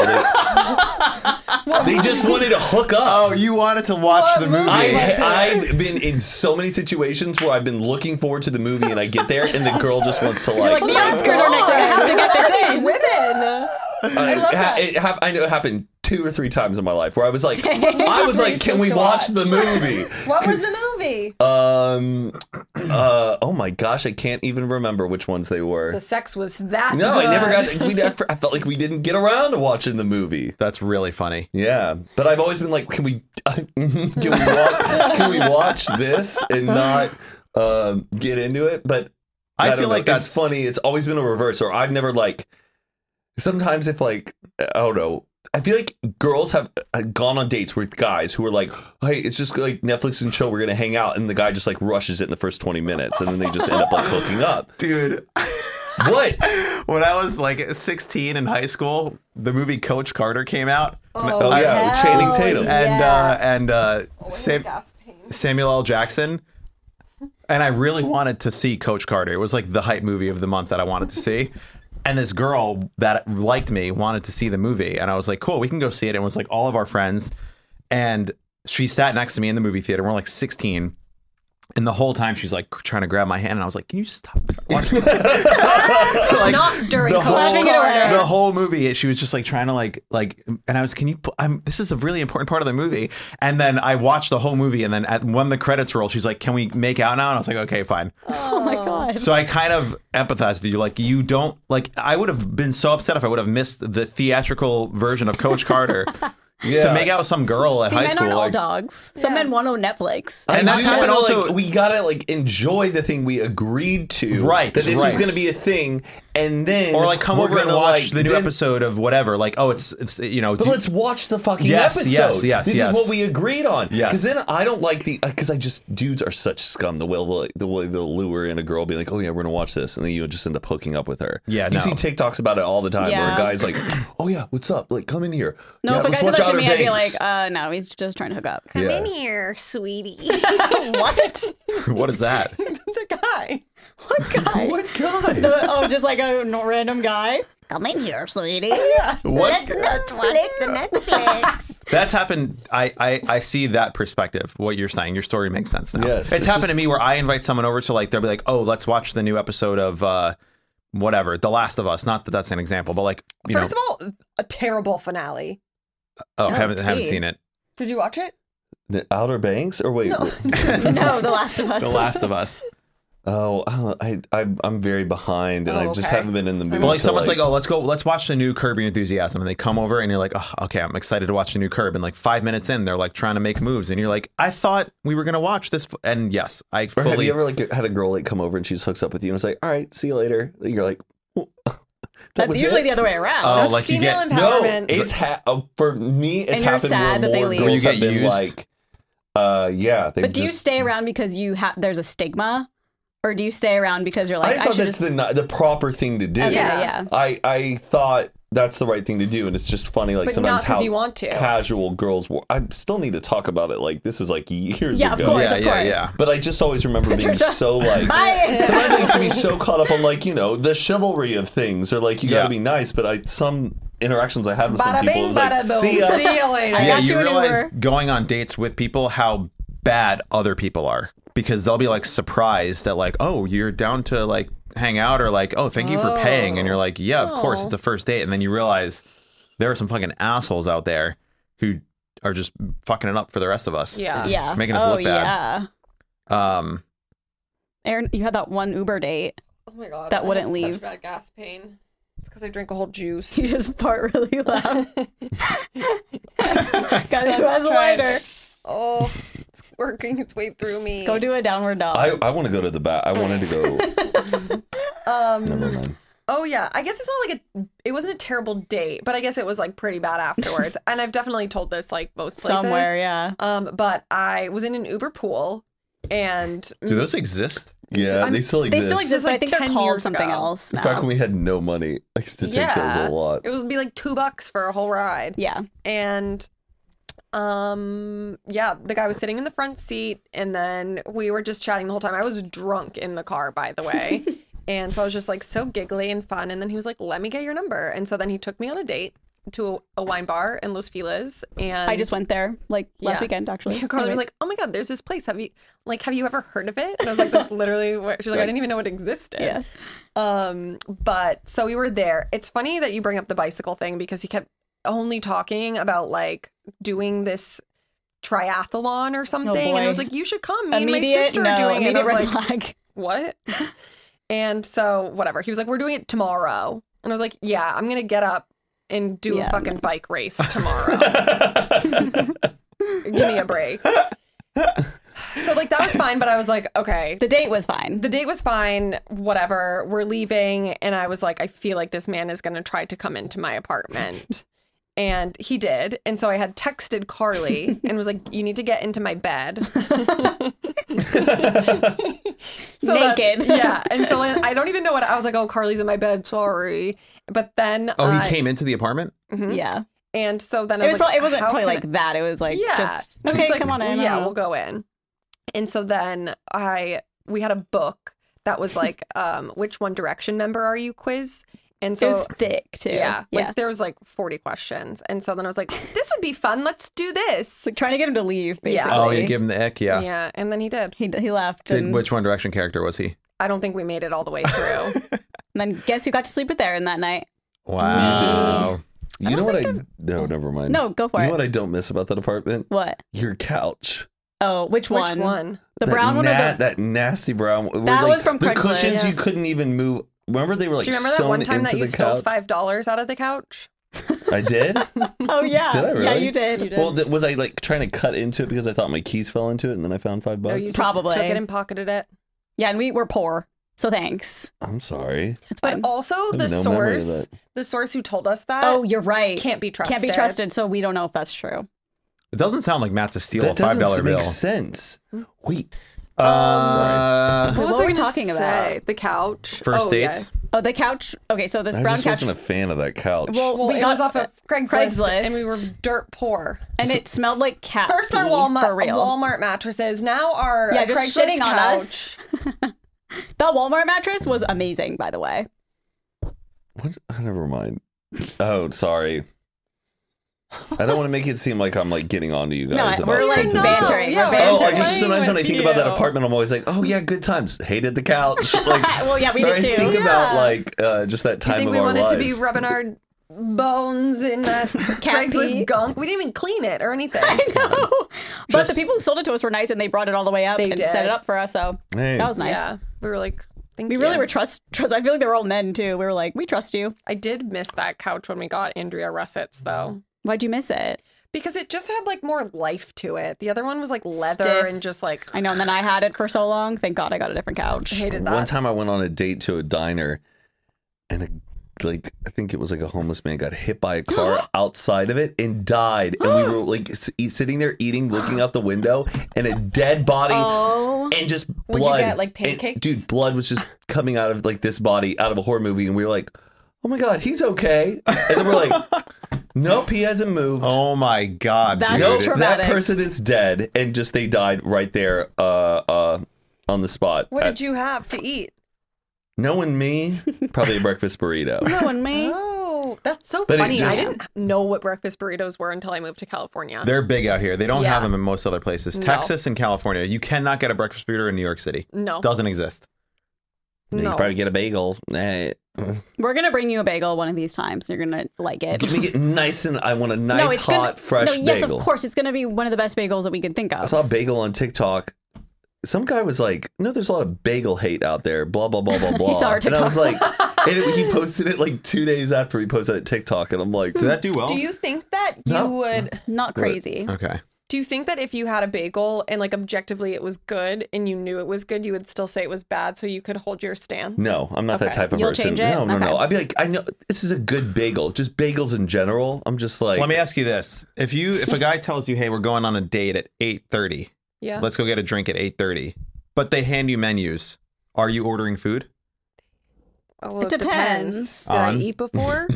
[SPEAKER 5] they, they just wanted to hook up.
[SPEAKER 4] Oh, you wanted to watch
[SPEAKER 3] What
[SPEAKER 4] the movie.
[SPEAKER 5] I, I've been in so many situations where I've been looking forward to the movie and I get there and the girl just
[SPEAKER 3] <laughs>
[SPEAKER 5] wants to like.
[SPEAKER 3] like, the Oscars are next. I have to get
[SPEAKER 2] Oh Look
[SPEAKER 3] this
[SPEAKER 2] at
[SPEAKER 3] in.
[SPEAKER 2] these women.
[SPEAKER 5] I,
[SPEAKER 3] love that.
[SPEAKER 5] It hap- I know it happened two or three times in my life where I was
[SPEAKER 3] <laughs>
[SPEAKER 5] like, I was like, can we
[SPEAKER 3] supposed to watch."
[SPEAKER 5] watch
[SPEAKER 3] <laughs>
[SPEAKER 5] the movie?
[SPEAKER 2] What was the movie?
[SPEAKER 5] Um, uh, oh my gosh, I can't even remember which ones they were.
[SPEAKER 2] the sex was that.
[SPEAKER 5] no,
[SPEAKER 2] good.
[SPEAKER 5] I never got. We never, I felt like we didn't get around to watching the movie.
[SPEAKER 4] <laughs> That's really funny.
[SPEAKER 5] Yeah, but I've always been like, can we <laughs> can we watch, can we watch this and not um, get into it? But
[SPEAKER 4] I
[SPEAKER 5] don't
[SPEAKER 4] feel
[SPEAKER 5] know.
[SPEAKER 4] like that's-
[SPEAKER 5] it's funny. It's always been a reverse, or I've never like. Sometimes if like I don't know, I feel like girls have uh, gone on dates with guys who are like, hey, it's just like Netflix and chill. We're gonna hang out, and the guy just like rushes it in the first twenty minutes, and then they just end up like hooking up.
[SPEAKER 4] Dude, <laughs>
[SPEAKER 5] What?
[SPEAKER 4] when I was like 16 in high school, the movie Coach Carter came out.
[SPEAKER 2] Oh,
[SPEAKER 4] I-
[SPEAKER 5] yeah, with Channing Tatum.
[SPEAKER 4] and uh, and uh, Sam- <laughs>
[SPEAKER 2] gasping.
[SPEAKER 4] Samuel L. Jackson. And I really wanted to see Coach Carter. It was like the hype movie of the month that I wanted to see. And this girl that liked me wanted to see the movie, and I was like, "Cool, we can go see it." And it was like all of our friends, and she sat next to me in the movie theater. We're like 16, and the whole time she's like trying to grab my hand, and I was like, "Can you stop watching?" like,
[SPEAKER 2] Not during
[SPEAKER 4] the
[SPEAKER 2] Coach
[SPEAKER 4] whole-
[SPEAKER 2] Carter.
[SPEAKER 4] the whole movie she was just like trying to like like and i was can you pu- i'm this is a really important part of the movie and then i watched the whole movie and then at when the credits roll she's like can we make out now and i was like okay fine
[SPEAKER 3] Oh my god.
[SPEAKER 4] so i kind of empathized with you like you don't like i would have been so upset if i would have missed the theatrical version of coach
[SPEAKER 5] <laughs>
[SPEAKER 4] carter to
[SPEAKER 5] Yeah.
[SPEAKER 4] make out with some girl at
[SPEAKER 3] See,
[SPEAKER 4] high
[SPEAKER 3] men
[SPEAKER 4] school
[SPEAKER 3] aren't all
[SPEAKER 4] like-
[SPEAKER 3] dogs. Some men want on Netflix.
[SPEAKER 5] And
[SPEAKER 4] And that's
[SPEAKER 5] that's
[SPEAKER 4] how it
[SPEAKER 5] happened
[SPEAKER 4] also-
[SPEAKER 5] also. Like, we gotta like enjoy the thing we agreed to.
[SPEAKER 4] Right,
[SPEAKER 5] That this was
[SPEAKER 4] right.
[SPEAKER 5] gonna be a thing, and then
[SPEAKER 4] or like come
[SPEAKER 5] we're
[SPEAKER 4] over and
[SPEAKER 5] gonna,
[SPEAKER 4] watch
[SPEAKER 5] like,
[SPEAKER 4] the new
[SPEAKER 5] then-
[SPEAKER 4] episode of whatever like oh it's, it's you know
[SPEAKER 5] But
[SPEAKER 4] do-
[SPEAKER 5] let's watch the fucking
[SPEAKER 4] Yes,
[SPEAKER 5] episode.
[SPEAKER 4] yes, yes,
[SPEAKER 5] This
[SPEAKER 4] yes.
[SPEAKER 5] is what we agreed on.
[SPEAKER 4] Yes.
[SPEAKER 5] Because then I don't like the because I just dudes are such scum. The will will- the way the lure in a girl being like, oh yeah, we're gonna watch this, and then you just end up hooking up with her.
[SPEAKER 4] Yeah,
[SPEAKER 5] You
[SPEAKER 4] no.
[SPEAKER 5] see TikToks about it all the time where
[SPEAKER 3] Yeah.
[SPEAKER 5] a guy's like, oh yeah, what's up? Like come in here.
[SPEAKER 3] No,
[SPEAKER 5] yeah,
[SPEAKER 3] if a guy
[SPEAKER 5] let's
[SPEAKER 3] said
[SPEAKER 5] watch
[SPEAKER 3] that to
[SPEAKER 5] Outer
[SPEAKER 3] me, I'd be
[SPEAKER 5] Banks."
[SPEAKER 3] like, uh, no, he's just trying to hook up.
[SPEAKER 5] Yeah.
[SPEAKER 2] here, sweetie.
[SPEAKER 3] <laughs> what?
[SPEAKER 4] <laughs>
[SPEAKER 3] <laughs>
[SPEAKER 4] what is that
[SPEAKER 2] the guy.
[SPEAKER 3] What guy? <laughs>
[SPEAKER 5] What guy?
[SPEAKER 3] The- oh, just like a n- random guy.
[SPEAKER 6] Come in here,
[SPEAKER 3] <laughs>
[SPEAKER 6] sweetie.
[SPEAKER 4] what
[SPEAKER 6] Let's flick the Netflix.
[SPEAKER 4] That's happened. I, I I see that perspective. What you're saying, your story makes sense now.
[SPEAKER 5] Yes,
[SPEAKER 4] it's,
[SPEAKER 5] it's
[SPEAKER 4] happened to
[SPEAKER 5] just-
[SPEAKER 4] me where I invite someone over to like they'll be like, oh, let's watch the new episode of uh, whatever, The Last of Us. Not that that's an example, but like you
[SPEAKER 2] First
[SPEAKER 4] know,
[SPEAKER 2] of all, a terrible finale.
[SPEAKER 4] oh, haven't haven't
[SPEAKER 3] gee.
[SPEAKER 4] seen
[SPEAKER 3] <laughs>
[SPEAKER 4] it.
[SPEAKER 2] Did you watch it?
[SPEAKER 5] The Outer Banks or wait. wait.
[SPEAKER 3] <laughs> No, The Last of Us.
[SPEAKER 4] The Last of Us.
[SPEAKER 5] Oh, oh, <laughs> I, I I'm very behind, and
[SPEAKER 2] Oh,
[SPEAKER 5] I just
[SPEAKER 2] okay.
[SPEAKER 5] haven't been in the mood.
[SPEAKER 4] But like
[SPEAKER 5] to,
[SPEAKER 4] someone's like, oh, let's go, let's watch the new Curb Your Enthusiasm, and they come over and you're like, oh, okay, I'm excited to watch the new Curb, and like five minutes in, they're like trying to make moves, and you're like, I thought we were gonna watch this, f-. and yes, I
[SPEAKER 3] oh,
[SPEAKER 5] or have
[SPEAKER 4] fully.
[SPEAKER 5] you ever like had a girl like come over and she just hooks up with you and it's like, all right, see you later. And You're like, <laughs> "Well, that
[SPEAKER 3] That's
[SPEAKER 5] was
[SPEAKER 3] usually
[SPEAKER 5] it?"
[SPEAKER 3] the other way around.
[SPEAKER 4] Oh,
[SPEAKER 2] That's
[SPEAKER 4] like you
[SPEAKER 2] female
[SPEAKER 4] get-
[SPEAKER 5] No,
[SPEAKER 2] empowerment.
[SPEAKER 5] it's ha- uh, for me. It's
[SPEAKER 3] And you're
[SPEAKER 5] happened
[SPEAKER 3] sad
[SPEAKER 5] where
[SPEAKER 3] that they
[SPEAKER 5] more
[SPEAKER 3] leave.
[SPEAKER 5] girls
[SPEAKER 4] Or you get
[SPEAKER 5] have been
[SPEAKER 4] used.
[SPEAKER 5] like, uh, yeah. they
[SPEAKER 3] but do you
[SPEAKER 5] just-
[SPEAKER 3] stay around because you have there's a stigma, or do you stay around because you're
[SPEAKER 5] I
[SPEAKER 3] like
[SPEAKER 5] just thought
[SPEAKER 3] should
[SPEAKER 5] that's
[SPEAKER 3] just
[SPEAKER 5] the not- the proper thing to do.
[SPEAKER 3] okay,
[SPEAKER 2] Yeah.
[SPEAKER 3] yeah.
[SPEAKER 5] I I thought that's the right thing to do, and it's just funny like
[SPEAKER 2] But
[SPEAKER 5] sometimes
[SPEAKER 2] not 'cause
[SPEAKER 5] how
[SPEAKER 2] you want to.
[SPEAKER 5] casual girls. Were. I still need to talk about it. Like this is like years
[SPEAKER 3] Yeah, of
[SPEAKER 5] ago.
[SPEAKER 3] course,
[SPEAKER 4] yeah,
[SPEAKER 3] of
[SPEAKER 4] yeah,
[SPEAKER 3] course.
[SPEAKER 4] yeah.
[SPEAKER 5] But I just always remember being
[SPEAKER 3] Patricia. <laughs>
[SPEAKER 5] so like. <laughs>
[SPEAKER 3] I
[SPEAKER 5] Sometimes I used to be so caught up on like you know the chivalry of things, or like you
[SPEAKER 4] Yeah.
[SPEAKER 5] got to be nice. But I some interactions I had with some
[SPEAKER 2] Bada
[SPEAKER 5] people it
[SPEAKER 2] bing,
[SPEAKER 5] was like,
[SPEAKER 2] bada boom.
[SPEAKER 5] <laughs> see ya.
[SPEAKER 2] later.
[SPEAKER 4] yeah,
[SPEAKER 3] got
[SPEAKER 4] you
[SPEAKER 3] you an
[SPEAKER 4] realize
[SPEAKER 3] Uber.
[SPEAKER 4] going on dates with people how bad other people are because they'll be like surprised that like, oh, you're down to like hang out or like, oh, thank you for paying, and you're like, yeah, of course,
[SPEAKER 3] Oh.
[SPEAKER 4] it's a first date, and then you realize there are some fucking assholes out there who are just fucking it up for the rest of us.
[SPEAKER 2] Yeah.
[SPEAKER 3] yeah.
[SPEAKER 4] Making us
[SPEAKER 3] oh,
[SPEAKER 4] look bad.
[SPEAKER 3] Yeah.
[SPEAKER 4] Um.
[SPEAKER 3] Aaron, you had that one Uber date. <laughs>
[SPEAKER 2] Oh my god.
[SPEAKER 3] That
[SPEAKER 2] I
[SPEAKER 3] wouldn't
[SPEAKER 2] have
[SPEAKER 3] leave.
[SPEAKER 2] Such bad gas pain. It's because I drank a whole juice.
[SPEAKER 3] <laughs> You just fart
[SPEAKER 6] <laughs>
[SPEAKER 3] really loud. <laughs> Got to do
[SPEAKER 2] Let's
[SPEAKER 3] as
[SPEAKER 2] try it.
[SPEAKER 3] lighter.
[SPEAKER 2] Oh, it's working its way through me.
[SPEAKER 3] Go do a downward dog.
[SPEAKER 5] I, I want to go to the back. I wanted to go. um, Never mind.
[SPEAKER 2] Oh yeah, I guess it's not like a. It wasn't a terrible date, but I guess it was like pretty bad afterwards. and I've definitely told this like most places.
[SPEAKER 3] somewhere. Yeah.
[SPEAKER 2] Um, but I was in an Uber pool, and
[SPEAKER 4] Do those
[SPEAKER 3] Mm.
[SPEAKER 4] exist?
[SPEAKER 5] Yeah, they still exist.
[SPEAKER 3] They still exist, but I
[SPEAKER 2] like
[SPEAKER 3] think they're
[SPEAKER 2] 10
[SPEAKER 3] called
[SPEAKER 2] years
[SPEAKER 3] something
[SPEAKER 2] ago.
[SPEAKER 3] else
[SPEAKER 5] Back when
[SPEAKER 3] now.
[SPEAKER 5] we had no money, I used to take
[SPEAKER 2] yeah,
[SPEAKER 5] those a lot.
[SPEAKER 2] It would be like two bucks for a whole ride.
[SPEAKER 3] Yeah.
[SPEAKER 2] and Um, yeah, the guy was sitting in the front seat, and then we were just chatting the whole time. I was drunk in the car, by the
[SPEAKER 3] <laughs>
[SPEAKER 2] way. and so I was just like so giggly and fun. And then he was like, let me get your number. And so then he took me on a date to a, a wine bar in Los Feliz. And
[SPEAKER 3] I
[SPEAKER 2] <laughs>
[SPEAKER 3] just went there like last
[SPEAKER 2] Yeah.
[SPEAKER 3] weekend, actually.
[SPEAKER 2] Carly was
[SPEAKER 3] Anyways.
[SPEAKER 2] like, "Oh my god, there's this place. Have you like have you ever heard of it?" And I was like, "That's literally where." She was like, "I didn't even know it existed."
[SPEAKER 3] Yeah.
[SPEAKER 2] Um, but so we were there. It's funny that you bring up the bicycle thing because he kept only talking about like doing this triathlon or something, and
[SPEAKER 3] Oh, boy.
[SPEAKER 2] I was like, "You should come." Me and my
[SPEAKER 3] immediate
[SPEAKER 2] sister
[SPEAKER 3] no,
[SPEAKER 2] are doing it. And I
[SPEAKER 3] immediate
[SPEAKER 2] was
[SPEAKER 3] red
[SPEAKER 2] like,
[SPEAKER 3] flag. <laughs>
[SPEAKER 2] "What?" and so whatever. He was like, "We're doing it tomorrow," and I was like, "Yeah, I'm gonna get up." And do
[SPEAKER 3] Yeah,
[SPEAKER 2] a
[SPEAKER 3] I'm
[SPEAKER 2] fucking bike race
[SPEAKER 3] <laughs>
[SPEAKER 2] tomorrow. Give me a break. So like that was fine, but I was like, okay.
[SPEAKER 3] The date was fine.
[SPEAKER 2] The date was fine, whatever. We're leaving and I was like, I feel like this man is going to try to come into my apartment. And he did. And so I had texted
[SPEAKER 3] <laughs>
[SPEAKER 2] Carly and was like, you need to get into my bed. So that- <laughs>
[SPEAKER 3] Naked.
[SPEAKER 2] yeah. And so I I don't even know what I was like, oh, Carly's in my bed. Sorry. But then
[SPEAKER 4] Oh,
[SPEAKER 2] uh,
[SPEAKER 4] he came into the apartment.
[SPEAKER 3] yeah.
[SPEAKER 2] and so then I
[SPEAKER 3] It was
[SPEAKER 2] was, like,
[SPEAKER 3] probably, it wasn't
[SPEAKER 2] how
[SPEAKER 3] probably
[SPEAKER 2] can I-
[SPEAKER 3] like that. It was like
[SPEAKER 2] yeah.
[SPEAKER 3] just
[SPEAKER 2] It was
[SPEAKER 3] okay,
[SPEAKER 2] like,
[SPEAKER 3] come on in. I
[SPEAKER 2] Yeah,
[SPEAKER 3] don't
[SPEAKER 2] we'll
[SPEAKER 3] know.
[SPEAKER 2] go in. And so then I we had a book that was
[SPEAKER 3] <laughs>
[SPEAKER 2] like, um, which One Direction member are you quiz? And
[SPEAKER 3] It
[SPEAKER 2] so
[SPEAKER 3] was thick too.
[SPEAKER 2] yeah,
[SPEAKER 3] yeah.
[SPEAKER 2] like there was like forty questions. And so then I was like, this would be fun. Let's do
[SPEAKER 3] it's <laughs>
[SPEAKER 2] this.
[SPEAKER 3] like trying to get him to leave. Basically.
[SPEAKER 2] Yeah.
[SPEAKER 4] Oh, you give him the ick. Yeah.
[SPEAKER 2] Yeah, and then he did.
[SPEAKER 3] He he left.
[SPEAKER 4] Did
[SPEAKER 3] and,
[SPEAKER 4] which One Direction character was he?
[SPEAKER 2] I don't think we made it all the way
[SPEAKER 3] <laughs>
[SPEAKER 2] through.
[SPEAKER 3] and then guess who got to sleep with Aaron that night?
[SPEAKER 4] Wow.
[SPEAKER 5] You know what I? No, never mind.
[SPEAKER 3] No, go for
[SPEAKER 5] you
[SPEAKER 3] it.
[SPEAKER 5] know what I don't miss about that apartment?
[SPEAKER 3] What?
[SPEAKER 5] Your couch.
[SPEAKER 3] Oh, which
[SPEAKER 2] Which
[SPEAKER 3] one?
[SPEAKER 2] one?
[SPEAKER 3] The
[SPEAKER 5] That
[SPEAKER 3] brown one or
[SPEAKER 5] na-
[SPEAKER 3] the
[SPEAKER 5] that nasty brown one.
[SPEAKER 3] That
[SPEAKER 5] like,
[SPEAKER 3] was from
[SPEAKER 5] the cushions
[SPEAKER 3] Craigslist.
[SPEAKER 5] you couldn't even move. Remember they were like
[SPEAKER 2] Do you remember that
[SPEAKER 5] sewn
[SPEAKER 2] one time
[SPEAKER 5] into
[SPEAKER 2] that you
[SPEAKER 5] the
[SPEAKER 2] stole
[SPEAKER 5] couch.
[SPEAKER 2] five dollars out of the couch?
[SPEAKER 5] I
[SPEAKER 2] <laughs>
[SPEAKER 5] did.
[SPEAKER 3] Oh yeah.
[SPEAKER 5] Did I
[SPEAKER 3] Yeah,
[SPEAKER 5] really?
[SPEAKER 3] you did. You
[SPEAKER 5] well, th- was I like trying to cut into it because I thought my keys fell into it, and then I found five bucks?
[SPEAKER 2] you just
[SPEAKER 3] Probably.
[SPEAKER 2] took it and pocketed it.
[SPEAKER 3] Yeah, and we were poor. So thanks.
[SPEAKER 5] I'm sorry.
[SPEAKER 3] It's
[SPEAKER 2] But
[SPEAKER 3] fine.
[SPEAKER 2] also
[SPEAKER 5] have
[SPEAKER 2] the
[SPEAKER 5] no memory of
[SPEAKER 2] source,
[SPEAKER 5] that.
[SPEAKER 2] the source who told us that
[SPEAKER 3] oh, you're right.
[SPEAKER 2] can't be trusted.
[SPEAKER 3] Can't be trusted, so we don't know if that's true.
[SPEAKER 4] It doesn't sound like Matt to steal
[SPEAKER 5] that
[SPEAKER 4] a five
[SPEAKER 5] doesn't
[SPEAKER 4] dollar
[SPEAKER 5] make
[SPEAKER 4] bill.
[SPEAKER 5] sense.
[SPEAKER 2] Hmm?
[SPEAKER 5] Wait,
[SPEAKER 4] Uh,
[SPEAKER 2] What,
[SPEAKER 3] What
[SPEAKER 2] was
[SPEAKER 3] were
[SPEAKER 2] I
[SPEAKER 3] we
[SPEAKER 2] gonna
[SPEAKER 3] talking
[SPEAKER 2] say?
[SPEAKER 3] about?
[SPEAKER 2] The couch.
[SPEAKER 4] first
[SPEAKER 2] Oh, yeah.
[SPEAKER 4] dates.
[SPEAKER 3] Oh, the couch. Okay, so this
[SPEAKER 5] I
[SPEAKER 3] brown
[SPEAKER 5] just
[SPEAKER 3] couch,
[SPEAKER 5] wasn't a fan of that couch.
[SPEAKER 3] Well,
[SPEAKER 2] Well,
[SPEAKER 3] We
[SPEAKER 2] it
[SPEAKER 3] got
[SPEAKER 2] was off of Craigslist,
[SPEAKER 3] Craigslist.
[SPEAKER 2] and we were dirt poor.
[SPEAKER 3] and it smelled like cat.
[SPEAKER 2] First our
[SPEAKER 3] pee, for
[SPEAKER 2] Walmart
[SPEAKER 3] real.
[SPEAKER 2] Walmart mattresses. Now our
[SPEAKER 3] Yeah,
[SPEAKER 2] uh,
[SPEAKER 3] just
[SPEAKER 2] Craigslist
[SPEAKER 3] shitting on
[SPEAKER 2] couch.
[SPEAKER 3] us. The Walmart mattress was amazing, by the way.
[SPEAKER 5] What? Oh, never mind. Oh, sorry. I don't want to make it seem like I'm like getting on to you guys
[SPEAKER 3] no,
[SPEAKER 5] about
[SPEAKER 3] we're like
[SPEAKER 5] something.
[SPEAKER 2] no,
[SPEAKER 5] but-
[SPEAKER 3] bantering.
[SPEAKER 2] yeah, we're
[SPEAKER 3] we're
[SPEAKER 5] Oh,
[SPEAKER 3] bantering.
[SPEAKER 5] I just
[SPEAKER 2] Playing
[SPEAKER 5] sometimes when I
[SPEAKER 2] with
[SPEAKER 5] think about that
[SPEAKER 2] you.
[SPEAKER 3] <laughs>
[SPEAKER 5] apartment, I'm always like, oh yeah, good times. Hated the couch. <laughs> Like,
[SPEAKER 3] well, yeah, we
[SPEAKER 5] or I
[SPEAKER 3] did too.
[SPEAKER 5] think about like uh, just that
[SPEAKER 2] You
[SPEAKER 5] time
[SPEAKER 2] think
[SPEAKER 5] of
[SPEAKER 2] we
[SPEAKER 5] our
[SPEAKER 2] wanted
[SPEAKER 5] lives.
[SPEAKER 2] to be rubbing our bones in that
[SPEAKER 3] <laughs> pee.
[SPEAKER 2] Craigslist gunk? We didn't even clean it or
[SPEAKER 3] <laughs>
[SPEAKER 2] anything.
[SPEAKER 3] No. But the
[SPEAKER 4] Just-
[SPEAKER 3] people who sold it to us were nice, and they brought it all the way up
[SPEAKER 2] They
[SPEAKER 3] and set
[SPEAKER 2] did.
[SPEAKER 3] it up for us. So
[SPEAKER 5] Hey.
[SPEAKER 3] that was nice.
[SPEAKER 2] Yeah, we were like, thank
[SPEAKER 3] We
[SPEAKER 2] you.
[SPEAKER 3] really were trust trust. I feel like they were all men too. We were like, we trust you.
[SPEAKER 2] I did miss that couch when we got Andrea Russett's though.
[SPEAKER 3] Why'd you miss it?
[SPEAKER 2] Because it just had like more life to it. The other one was like leather
[SPEAKER 3] Stiff.
[SPEAKER 2] and just like
[SPEAKER 3] I know. And then I had it for so long. Thank God I got a different couch.
[SPEAKER 2] hated that.
[SPEAKER 5] One time I went on a date to a diner and a, like I think it was like a homeless man got hit by
[SPEAKER 3] <gasps>
[SPEAKER 5] a car outside of it and died and we were like s- e- sitting there eating looking out the window and a dead body
[SPEAKER 3] Oh.
[SPEAKER 5] and just blood
[SPEAKER 2] What'd you get, like,
[SPEAKER 5] and-
[SPEAKER 2] pancakes?
[SPEAKER 5] dude blood
[SPEAKER 3] <laughs>
[SPEAKER 5] was just coming out of like this body out of a horror movie and we were like oh my god he's okay and then we're like
[SPEAKER 3] <laughs>
[SPEAKER 5] nope he hasn't moved
[SPEAKER 4] Oh my god.
[SPEAKER 3] That's
[SPEAKER 5] nope,
[SPEAKER 4] dude.
[SPEAKER 3] true.
[SPEAKER 5] that
[SPEAKER 3] traumatic.
[SPEAKER 5] person is dead and just they died right there uh uh on the spot
[SPEAKER 2] what
[SPEAKER 5] at
[SPEAKER 2] did you have to eat?
[SPEAKER 5] Knowing me, probably a breakfast
[SPEAKER 3] <laughs>
[SPEAKER 5] burrito.
[SPEAKER 3] No, and me.
[SPEAKER 2] Oh, that's so
[SPEAKER 5] But it
[SPEAKER 2] funny.
[SPEAKER 5] just-
[SPEAKER 2] I didn't know what breakfast burritos were until I moved to California.
[SPEAKER 4] They're big out here. They don't
[SPEAKER 2] Yeah.
[SPEAKER 4] have them in most other places.
[SPEAKER 2] No.
[SPEAKER 4] Texas and California, you cannot get a breakfast burrito in New York City.
[SPEAKER 2] no,
[SPEAKER 4] Doesn't exist.
[SPEAKER 5] You
[SPEAKER 2] no.
[SPEAKER 5] could probably get a bagel. Eh,
[SPEAKER 3] We're gonna bring you a bagel one of these times. You're gonna like it.
[SPEAKER 5] Give me it nice and I want a nice,
[SPEAKER 3] no, it's
[SPEAKER 5] hot,
[SPEAKER 3] gonna,
[SPEAKER 5] fresh
[SPEAKER 3] No, yes,
[SPEAKER 5] bagel.
[SPEAKER 3] of course, it's gonna be one of the best bagels that we could think
[SPEAKER 5] I
[SPEAKER 3] of.
[SPEAKER 5] saw a bagel on TikTok. Some guy was like, "No, there's a lot of bagel hate out there." Blah blah
[SPEAKER 3] <laughs>
[SPEAKER 5] blah blah blah.
[SPEAKER 3] saw our
[SPEAKER 5] and I was like, and
[SPEAKER 3] <laughs>
[SPEAKER 5] it- he posted it like two days after he posted that TikTok, and I'm like,
[SPEAKER 3] Hmm.
[SPEAKER 4] Did that do well?
[SPEAKER 2] Do you think that you
[SPEAKER 5] No.
[SPEAKER 2] would?
[SPEAKER 3] Not crazy.
[SPEAKER 4] Okay.
[SPEAKER 2] Do you think that if you had a bagel and like objectively it was good and you knew it was good, you would still say it was bad, so you could hold your stance?
[SPEAKER 5] "No, I'm not that
[SPEAKER 2] Okay.
[SPEAKER 5] type of
[SPEAKER 3] You'll
[SPEAKER 5] person."
[SPEAKER 3] change it?
[SPEAKER 5] No, no, no.
[SPEAKER 3] Okay.
[SPEAKER 5] I'd be like, "I know this is a good bagel. Just bagels in general." I'm just like,
[SPEAKER 4] Let me ask you this: If you, if a guy
[SPEAKER 2] <laughs>
[SPEAKER 4] tells you, "Hey, we're going on a date at eight thirty.
[SPEAKER 2] Yeah.
[SPEAKER 4] Let's go get a drink at eight thirty. but they hand you menus, are you ordering food?
[SPEAKER 2] Oh, Well,
[SPEAKER 3] It depends.
[SPEAKER 2] Did I
[SPEAKER 4] On-
[SPEAKER 5] <laughs>
[SPEAKER 2] eat before?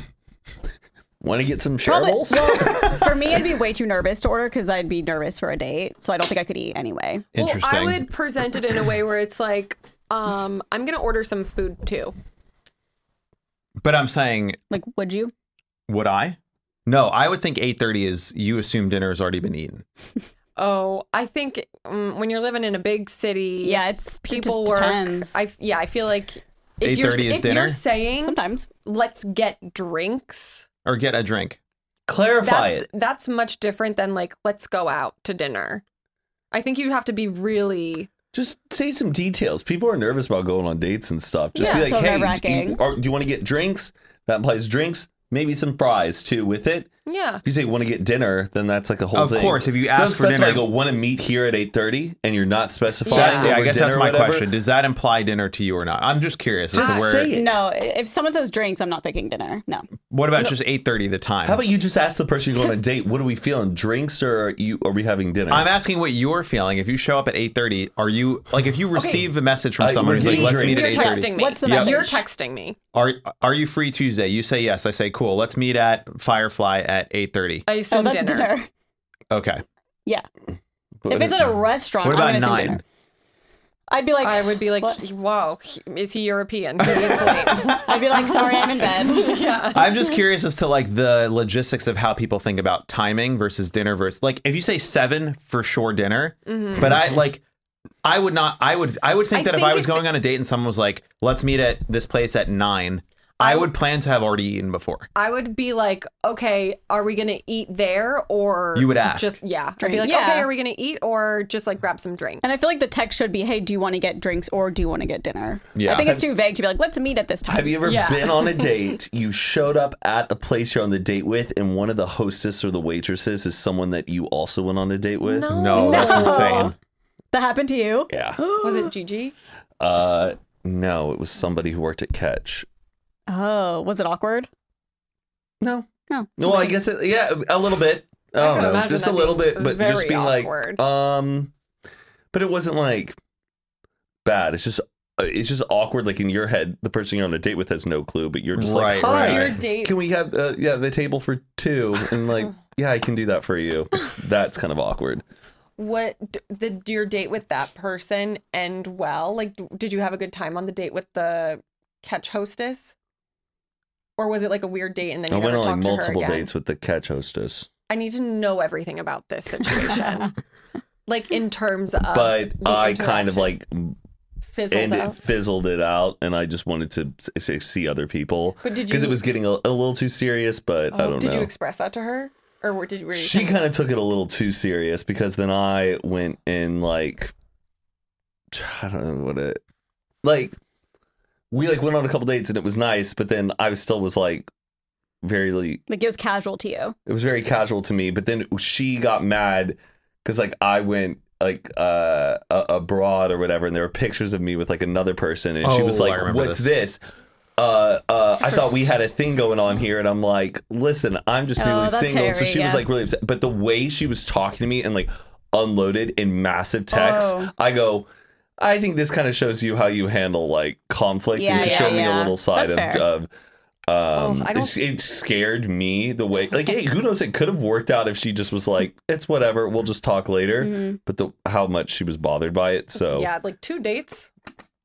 [SPEAKER 5] Want to get some
[SPEAKER 3] Probably,
[SPEAKER 5] shareables? <laughs>
[SPEAKER 3] well, for me, I'd be way too nervous to order because I'd be nervous for a date. So I don't think I could eat anyway.
[SPEAKER 5] Interesting.
[SPEAKER 2] Well, I would present it in a way where it's like, um, I'm gonna order some food too.
[SPEAKER 4] But I'm saying,
[SPEAKER 3] Like, would you?
[SPEAKER 4] would I? No, I would think 8:30 is you assume dinner has already been eaten.
[SPEAKER 2] Oh, I think um, when you're living in a big city,
[SPEAKER 3] Yeah, it's
[SPEAKER 2] people
[SPEAKER 3] it just
[SPEAKER 2] work.
[SPEAKER 3] depends.
[SPEAKER 2] I yeah, I feel like if you're
[SPEAKER 4] 8:30 is
[SPEAKER 2] if
[SPEAKER 4] dinner?
[SPEAKER 2] you're saying
[SPEAKER 3] Sometimes.
[SPEAKER 2] let's get drinks,
[SPEAKER 4] Or get a drink.
[SPEAKER 5] Clarify
[SPEAKER 2] that's
[SPEAKER 5] it.
[SPEAKER 2] that's much different than like let's go out to dinner. I think you have to be really
[SPEAKER 5] Just say some details. People are nervous about going on dates and stuff. Just
[SPEAKER 3] Yeah,
[SPEAKER 5] be like,
[SPEAKER 3] so
[SPEAKER 5] hey,
[SPEAKER 3] nerve-wracking.
[SPEAKER 5] do you, or, do you want to get drinks? That implies drinks, maybe some fries too with it.
[SPEAKER 2] yeah.
[SPEAKER 5] If you say you want to get dinner, then that's like a whole
[SPEAKER 4] Of
[SPEAKER 5] thing.
[SPEAKER 4] course, if you
[SPEAKER 5] Don't
[SPEAKER 4] ask for
[SPEAKER 5] specify,
[SPEAKER 4] dinner-
[SPEAKER 5] go want to meet here at eight thirty, and you're not specifying.
[SPEAKER 2] Yeah.
[SPEAKER 4] That's yeah, I
[SPEAKER 5] over
[SPEAKER 4] guess
[SPEAKER 5] dinner
[SPEAKER 4] that's
[SPEAKER 5] or
[SPEAKER 4] my
[SPEAKER 5] whatever,
[SPEAKER 4] question. Does that imply dinner to you or not? I'm just curious. as to
[SPEAKER 5] Just
[SPEAKER 4] where-
[SPEAKER 5] say it.
[SPEAKER 3] No, if someone says drinks, I'm not thinking dinner. No.
[SPEAKER 4] What about just 8:30 the time?
[SPEAKER 5] How about you just ask the person you're going on a date? What are we feeling? Drinks or are you? Are we having dinner?
[SPEAKER 4] I'm asking what you're feeling. If you show up at 8:30, are you like if you receive a message from
[SPEAKER 5] I-
[SPEAKER 4] someone
[SPEAKER 5] we're
[SPEAKER 4] who's like,
[SPEAKER 5] getting
[SPEAKER 4] "Let's meet
[SPEAKER 5] drinks."
[SPEAKER 4] at
[SPEAKER 2] You're
[SPEAKER 4] 8:30."
[SPEAKER 2] texting me.
[SPEAKER 3] What's the
[SPEAKER 4] Yeah. message?
[SPEAKER 2] You're texting me.
[SPEAKER 4] Are are you free Tuesday? You say yes. I say cool. Let's meet at Firefly at 8:30.
[SPEAKER 2] I
[SPEAKER 3] So
[SPEAKER 2] assume
[SPEAKER 3] Oh, that's dinner.
[SPEAKER 4] Okay.
[SPEAKER 3] Yeah.
[SPEAKER 5] But-
[SPEAKER 3] If it's at a restaurant,
[SPEAKER 4] What about
[SPEAKER 3] I'm gonna assume
[SPEAKER 4] 9?
[SPEAKER 3] dinner. I'd be like,
[SPEAKER 2] I would be like,
[SPEAKER 3] What?
[SPEAKER 2] wow, he- is he European?
[SPEAKER 4] <laughs>
[SPEAKER 2] He eats late.
[SPEAKER 3] I'd be <laughs> like, sorry, I'm in bed.
[SPEAKER 2] yeah.
[SPEAKER 4] I'm just curious as to like the logistics of how people think about timing versus dinner versus like if you say 7 for sure dinner, but I like I would not I would I would think
[SPEAKER 2] I
[SPEAKER 4] that if
[SPEAKER 2] think
[SPEAKER 4] I was
[SPEAKER 2] if-
[SPEAKER 4] going on a date and someone was like, "Let's meet at this place at 9." I would plan to have already eaten before.
[SPEAKER 2] I would be like, okay, are we gonna eat there or
[SPEAKER 4] You would ask.
[SPEAKER 2] Just yeah. I'd
[SPEAKER 3] Drink.
[SPEAKER 2] be like,
[SPEAKER 3] Yeah.
[SPEAKER 2] okay, are we gonna eat or just like grab some drinks?
[SPEAKER 3] And I feel like the text should be, hey, do you want to get drinks or do you want to get dinner?
[SPEAKER 4] Yeah.
[SPEAKER 3] I think it's too vague to be like, let's meet at this time.
[SPEAKER 5] Have you ever
[SPEAKER 2] Yeah. <laughs>
[SPEAKER 5] been on a date? You showed up at the place you're on the date with, and one of the hostess or the waitresses is someone that you also went on a date with.
[SPEAKER 2] no,
[SPEAKER 4] No, that's insane.
[SPEAKER 3] that happened to you?
[SPEAKER 5] Yeah.
[SPEAKER 2] Was it Gigi?
[SPEAKER 5] Uh, no, it was somebody who worked at Catch.
[SPEAKER 3] Oh, was it awkward?
[SPEAKER 5] No.
[SPEAKER 3] Oh.
[SPEAKER 5] Well, I guess it, yeah, a little bit. I don't
[SPEAKER 2] could
[SPEAKER 5] know,
[SPEAKER 2] imagine
[SPEAKER 5] just a
[SPEAKER 2] that
[SPEAKER 5] little
[SPEAKER 2] being
[SPEAKER 5] bit, but just
[SPEAKER 2] very
[SPEAKER 5] being
[SPEAKER 2] awkward.
[SPEAKER 5] like, um, but it wasn't like bad. It's just. uh, It's just awkward. Like in your head, the person you're on a date with has no clue, but you're just
[SPEAKER 4] Right,
[SPEAKER 5] like, "Hi,
[SPEAKER 4] right. Your
[SPEAKER 2] date-
[SPEAKER 5] Can we have uh, yeah the table for two?
[SPEAKER 2] <laughs>
[SPEAKER 5] And like, yeah, I can do that for you. That's kind of awkward.
[SPEAKER 2] What d- did your date with that person end well? Like, d- did you have a good time on the date with the catch hostess? Or was it like a weird date and then
[SPEAKER 5] I
[SPEAKER 2] you
[SPEAKER 5] went
[SPEAKER 2] never
[SPEAKER 5] on
[SPEAKER 2] talked
[SPEAKER 5] like
[SPEAKER 2] to her
[SPEAKER 5] multiple
[SPEAKER 2] again?
[SPEAKER 5] dates with the catch hostess,
[SPEAKER 2] I need to know everything about this
[SPEAKER 5] <laughs>
[SPEAKER 2] situation. like in terms of
[SPEAKER 5] but
[SPEAKER 2] Uh, the
[SPEAKER 5] I kind of
[SPEAKER 2] interaction.
[SPEAKER 5] like
[SPEAKER 2] fizzled
[SPEAKER 5] and it
[SPEAKER 2] out.
[SPEAKER 5] fizzled it out, and I just wanted to s- s- see other people
[SPEAKER 2] But did
[SPEAKER 5] because
[SPEAKER 2] you-
[SPEAKER 5] it was getting a, a little too serious. But I
[SPEAKER 2] Oh,
[SPEAKER 5] don't
[SPEAKER 2] did
[SPEAKER 5] know.
[SPEAKER 2] you express that to her? Or were- did were you
[SPEAKER 5] she
[SPEAKER 2] kinda-
[SPEAKER 5] kind of took it a little too serious because then I went in like <sighs> I don't know what it like we like went on a couple dates and it was nice, but then I was still was like very like,
[SPEAKER 3] Like it was casual to you.
[SPEAKER 5] it was very casual to me, but then she got mad because like I went like uh a- abroad or whatever and there were pictures of me with like another person and she
[SPEAKER 4] Oh,
[SPEAKER 5] was
[SPEAKER 4] I
[SPEAKER 5] like
[SPEAKER 4] remember
[SPEAKER 5] what's
[SPEAKER 4] this.
[SPEAKER 5] this, Uh, uh, I thought we had a thing going on here, and I'm like, listen, I'm just
[SPEAKER 3] Oh,
[SPEAKER 5] newly
[SPEAKER 3] that's
[SPEAKER 5] single. so
[SPEAKER 3] hairy,
[SPEAKER 5] she
[SPEAKER 3] yeah.
[SPEAKER 5] was like really upset. But the way she was talking to me and like unloaded in massive texts,
[SPEAKER 3] Oh.
[SPEAKER 5] I go, I think this kind of shows you how you handle like conflict.
[SPEAKER 3] Yeah,
[SPEAKER 5] you
[SPEAKER 3] yeah,
[SPEAKER 5] showed me a
[SPEAKER 3] yeah.
[SPEAKER 5] little side
[SPEAKER 3] That's fair.
[SPEAKER 5] of, of
[SPEAKER 2] Oh,
[SPEAKER 5] um,
[SPEAKER 2] I don't-
[SPEAKER 5] it, it scared me the way, like, hey, who knows? It could have worked out if she just was like, "It's whatever, we'll just talk later." But the how much she was bothered by it, so
[SPEAKER 2] Mm-hmm. Yeah, like two dates.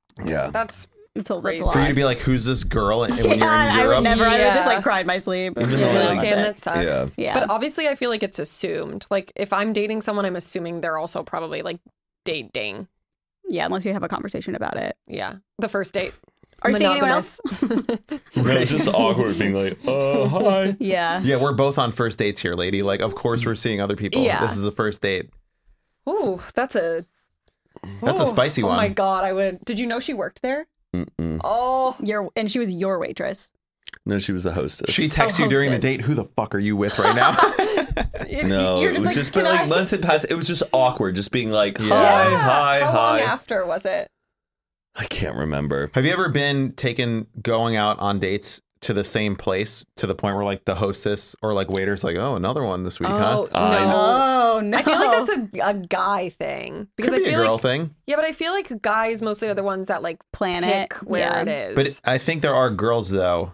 [SPEAKER 5] <laughs> yeah.
[SPEAKER 2] That's
[SPEAKER 3] It's a, that's
[SPEAKER 2] Crazy.
[SPEAKER 3] a
[SPEAKER 4] For you
[SPEAKER 3] lot.
[SPEAKER 4] to be like, "Who's this girl?"
[SPEAKER 2] <laughs>
[SPEAKER 4] and when
[SPEAKER 3] Yeah, I
[SPEAKER 4] you're
[SPEAKER 3] would
[SPEAKER 4] in Europe,
[SPEAKER 3] never. I would just
[SPEAKER 2] Yeah.
[SPEAKER 3] like cried my sleep.
[SPEAKER 5] Even
[SPEAKER 2] yeah,
[SPEAKER 5] though,
[SPEAKER 2] you're
[SPEAKER 5] like-
[SPEAKER 2] like, damn, that sucks.
[SPEAKER 5] Yeah.
[SPEAKER 3] Yeah.
[SPEAKER 2] But obviously I feel like it's assumed. Like if I'm dating someone, I'm assuming they're also probably like dating.
[SPEAKER 3] yeah, unless you have a conversation about it.
[SPEAKER 2] Yeah. The first date.
[SPEAKER 3] <laughs> Are you seeing anyone
[SPEAKER 2] Monogamous.
[SPEAKER 3] else?
[SPEAKER 5] No, it's <laughs> just awkward being like, "Uh, hi." <laughs>
[SPEAKER 3] Yeah.
[SPEAKER 4] Yeah, we're both on first dates here, lady. Like, of course we're seeing other people.
[SPEAKER 3] Yeah.
[SPEAKER 4] This is a first date.
[SPEAKER 2] Ooh, that's a
[SPEAKER 4] That's a
[SPEAKER 2] Ooh,
[SPEAKER 4] spicy
[SPEAKER 2] Oh my
[SPEAKER 4] one.
[SPEAKER 2] god, I would Did you know she worked there?
[SPEAKER 5] Mm-mm.
[SPEAKER 2] Oh
[SPEAKER 3] Your and she was your waitress.
[SPEAKER 5] No, she was the hostess.
[SPEAKER 4] She texts
[SPEAKER 3] Oh,
[SPEAKER 4] you during the
[SPEAKER 3] hostess.
[SPEAKER 4] date, who the fuck are you with right now? <laughs>
[SPEAKER 2] You're-
[SPEAKER 5] no,
[SPEAKER 2] you're
[SPEAKER 5] it was
[SPEAKER 2] like,
[SPEAKER 5] just,
[SPEAKER 2] "Can
[SPEAKER 5] but like
[SPEAKER 2] I-"
[SPEAKER 5] months had passed. It was just awkward, just being like, "Hi,
[SPEAKER 4] Yeah.
[SPEAKER 5] hi,
[SPEAKER 2] How long
[SPEAKER 5] hi."
[SPEAKER 2] after was it?
[SPEAKER 5] I can't remember.
[SPEAKER 4] Have you ever been taken going out on dates to the same place to the point where like the hostess or like waiters like, oh, another one this week, huh?
[SPEAKER 5] I-
[SPEAKER 3] Oh
[SPEAKER 2] Oh,
[SPEAKER 3] no.
[SPEAKER 2] I feel like that's a, a guy thing because
[SPEAKER 4] Could
[SPEAKER 2] I
[SPEAKER 4] be a
[SPEAKER 2] feel
[SPEAKER 4] girl
[SPEAKER 2] like
[SPEAKER 4] thing.
[SPEAKER 2] yeah, but I feel like guys mostly are the ones that like
[SPEAKER 3] planet
[SPEAKER 2] pick where
[SPEAKER 3] yeah.
[SPEAKER 2] it is.
[SPEAKER 4] But I think there are girls though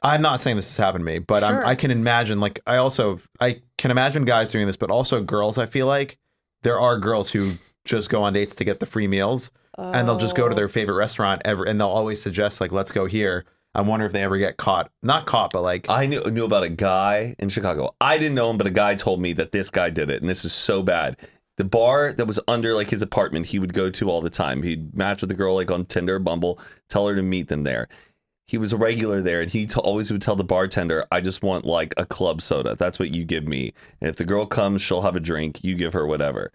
[SPEAKER 4] I'm not saying this has happened to me, but I'm,
[SPEAKER 2] Sure.
[SPEAKER 4] I can imagine. Like I also I can imagine guys doing this, but also girls. I feel like there are girls who just go on dates to get the free meals, and they'll just
[SPEAKER 3] Oh.
[SPEAKER 4] go to their favorite restaurant ever, and they'll always suggest like, "Let's go here." I wonder if they ever get caught. Not caught, but like,
[SPEAKER 5] I knew, knew about a guy in Chicago. I didn't know him, but a guy told me that this guy did it, and this is so bad. The bar that was under like his apartment, he would go to all the time. He'd match with a girl like on Tinder, or Bumble, tell her to meet them there. He was a regular there, and he t- always would tell the bartender, "I just want like a club soda. That's what you give me. And if the girl comes, she'll have a drink. You give her whatever."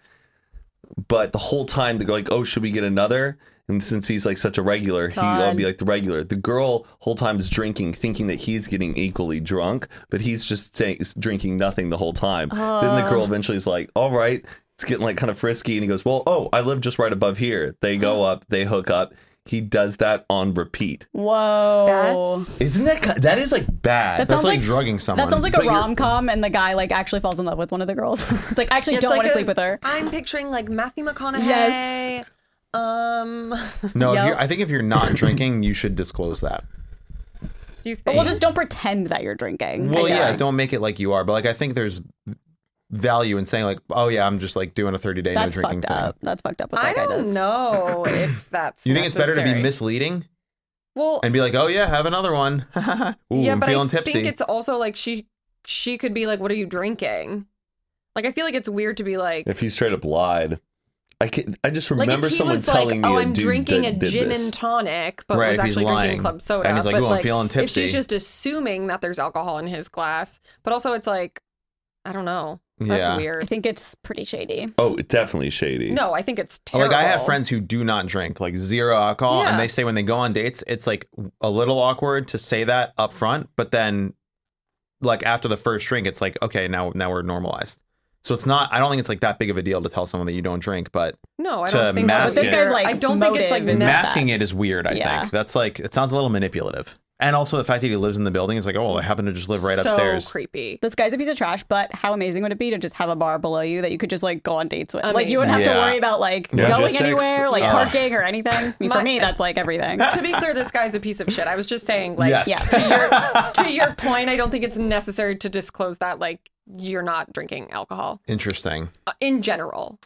[SPEAKER 5] But the whole time they're like, "Oh, should we get another?" And since he's like such a regular, he'll
[SPEAKER 3] God.
[SPEAKER 5] be like the regular. The girl whole time is drinking, thinking that he's getting equally drunk, but he's just saying, is drinking nothing the whole time. then the girl eventually is like, "All right, it's getting like kind of frisky," and he goes, "Well, oh, I live just right above here." They go up, they hook up. He does that on repeat.
[SPEAKER 3] Whoa.
[SPEAKER 2] That's
[SPEAKER 5] Isn't that ki- that is like bad?
[SPEAKER 4] that's
[SPEAKER 3] sounds
[SPEAKER 4] like,
[SPEAKER 3] like-
[SPEAKER 4] drugging someone.
[SPEAKER 3] That sounds like
[SPEAKER 5] But
[SPEAKER 3] a
[SPEAKER 5] you're-
[SPEAKER 3] rom com, and the guy like actually falls in love with one of the girls. <laughs> it's like I actually
[SPEAKER 2] It's
[SPEAKER 3] don't
[SPEAKER 2] like
[SPEAKER 3] want to
[SPEAKER 2] a-
[SPEAKER 3] sleep with her.
[SPEAKER 2] I'm picturing like Matthew McConaughey.
[SPEAKER 3] Yes. <laughs>
[SPEAKER 2] Um,
[SPEAKER 4] no. If
[SPEAKER 3] Yep.
[SPEAKER 4] you're, I think if you're not drinking, you should disclose
[SPEAKER 3] <laughs>
[SPEAKER 4] that.
[SPEAKER 2] you think?
[SPEAKER 3] But well, just don't pretend that you're drinking.
[SPEAKER 4] Well,
[SPEAKER 3] I
[SPEAKER 4] yeah.
[SPEAKER 3] guess.
[SPEAKER 4] don't make it like you are. But like, I think there's value in saying like, "Oh yeah, I'm just like doing a 30 day no
[SPEAKER 3] That's
[SPEAKER 4] drinking
[SPEAKER 3] fucked
[SPEAKER 4] thing."
[SPEAKER 3] up. That's fucked up. What that
[SPEAKER 2] I
[SPEAKER 3] guy
[SPEAKER 2] don't
[SPEAKER 3] does.
[SPEAKER 2] know
[SPEAKER 3] <coughs>
[SPEAKER 2] if that's.
[SPEAKER 4] You think it's better to be
[SPEAKER 2] necessary.
[SPEAKER 4] misleading?
[SPEAKER 2] Well,
[SPEAKER 4] and be like, "Oh yeah, have another one." <laughs> Ooh,
[SPEAKER 2] yeah,
[SPEAKER 4] I'm
[SPEAKER 2] but
[SPEAKER 4] feeling
[SPEAKER 2] I
[SPEAKER 4] tipsy.
[SPEAKER 2] think it's also like she she could be like, "What are you drinking?" Like I feel like it's weird to be like,
[SPEAKER 5] if he straight up lied, I can I just
[SPEAKER 2] like
[SPEAKER 5] remember
[SPEAKER 2] if he
[SPEAKER 5] someone
[SPEAKER 2] was
[SPEAKER 5] telling
[SPEAKER 2] like,
[SPEAKER 5] me
[SPEAKER 2] "Oh,
[SPEAKER 5] a
[SPEAKER 2] I'm
[SPEAKER 5] dude
[SPEAKER 2] drinking
[SPEAKER 5] that
[SPEAKER 2] a
[SPEAKER 5] did
[SPEAKER 2] gin
[SPEAKER 5] this.
[SPEAKER 2] and tonic," but
[SPEAKER 4] Right,
[SPEAKER 2] was
[SPEAKER 4] if he's
[SPEAKER 2] actually
[SPEAKER 4] lying.
[SPEAKER 2] drinking club soda.
[SPEAKER 4] And he's like,
[SPEAKER 2] but
[SPEAKER 4] "Ooh, I'm
[SPEAKER 2] like,
[SPEAKER 4] feeling
[SPEAKER 2] If
[SPEAKER 4] tipsy."
[SPEAKER 2] she's just assuming that there's alcohol in his glass, but also it's like, I don't know. That's
[SPEAKER 4] Yeah.
[SPEAKER 3] I
[SPEAKER 2] weird.
[SPEAKER 3] think it's pretty shady.
[SPEAKER 5] Oh, definitely shady.
[SPEAKER 2] No, I think it's
[SPEAKER 4] Oh,
[SPEAKER 2] terrible.
[SPEAKER 4] like I have friends who do not drink, like zero alcohol, and
[SPEAKER 2] Yeah.
[SPEAKER 4] they say when they go on dates, it's like a little awkward to say that up front, but then like after the first drink, it's like, okay, now now we're normalized. So it's not I don't think it's like that big of a deal to tell someone that you don't drink, but
[SPEAKER 2] No, I
[SPEAKER 4] to
[SPEAKER 2] don't think
[SPEAKER 4] mask
[SPEAKER 2] so.
[SPEAKER 4] it. This
[SPEAKER 3] guy's, like,
[SPEAKER 2] I don't think it's like
[SPEAKER 3] motive is
[SPEAKER 2] necessary.
[SPEAKER 3] mask-
[SPEAKER 4] masking it is weird, I
[SPEAKER 3] Yeah.
[SPEAKER 4] think. That's like it sounds a little manipulative. And also the fact that he lives in the building is like, oh, I happen to just live right
[SPEAKER 2] so
[SPEAKER 4] upstairs.
[SPEAKER 2] creepy.
[SPEAKER 3] This guy's a piece of trash, but how amazing would it be to just have a bar below you that you could just like go on dates with? Like you wouldn't have
[SPEAKER 4] Amazing.
[SPEAKER 3] to
[SPEAKER 4] Yeah.
[SPEAKER 3] worry about like
[SPEAKER 4] Yeah.
[SPEAKER 3] going
[SPEAKER 4] Logistics,
[SPEAKER 3] anywhere, like
[SPEAKER 4] uh,
[SPEAKER 3] parking or anything. I mean, for
[SPEAKER 2] My-
[SPEAKER 3] me, that's
[SPEAKER 2] <laughs>
[SPEAKER 3] like everything.
[SPEAKER 2] to be clear, this guy's a piece of shit. I was just saying, like,
[SPEAKER 4] Yes.
[SPEAKER 3] yeah.
[SPEAKER 2] to your point, I don't think it's necessary to disclose that, like, you're not drinking alcohol
[SPEAKER 4] <laughs> Interesting.
[SPEAKER 2] uh, in general.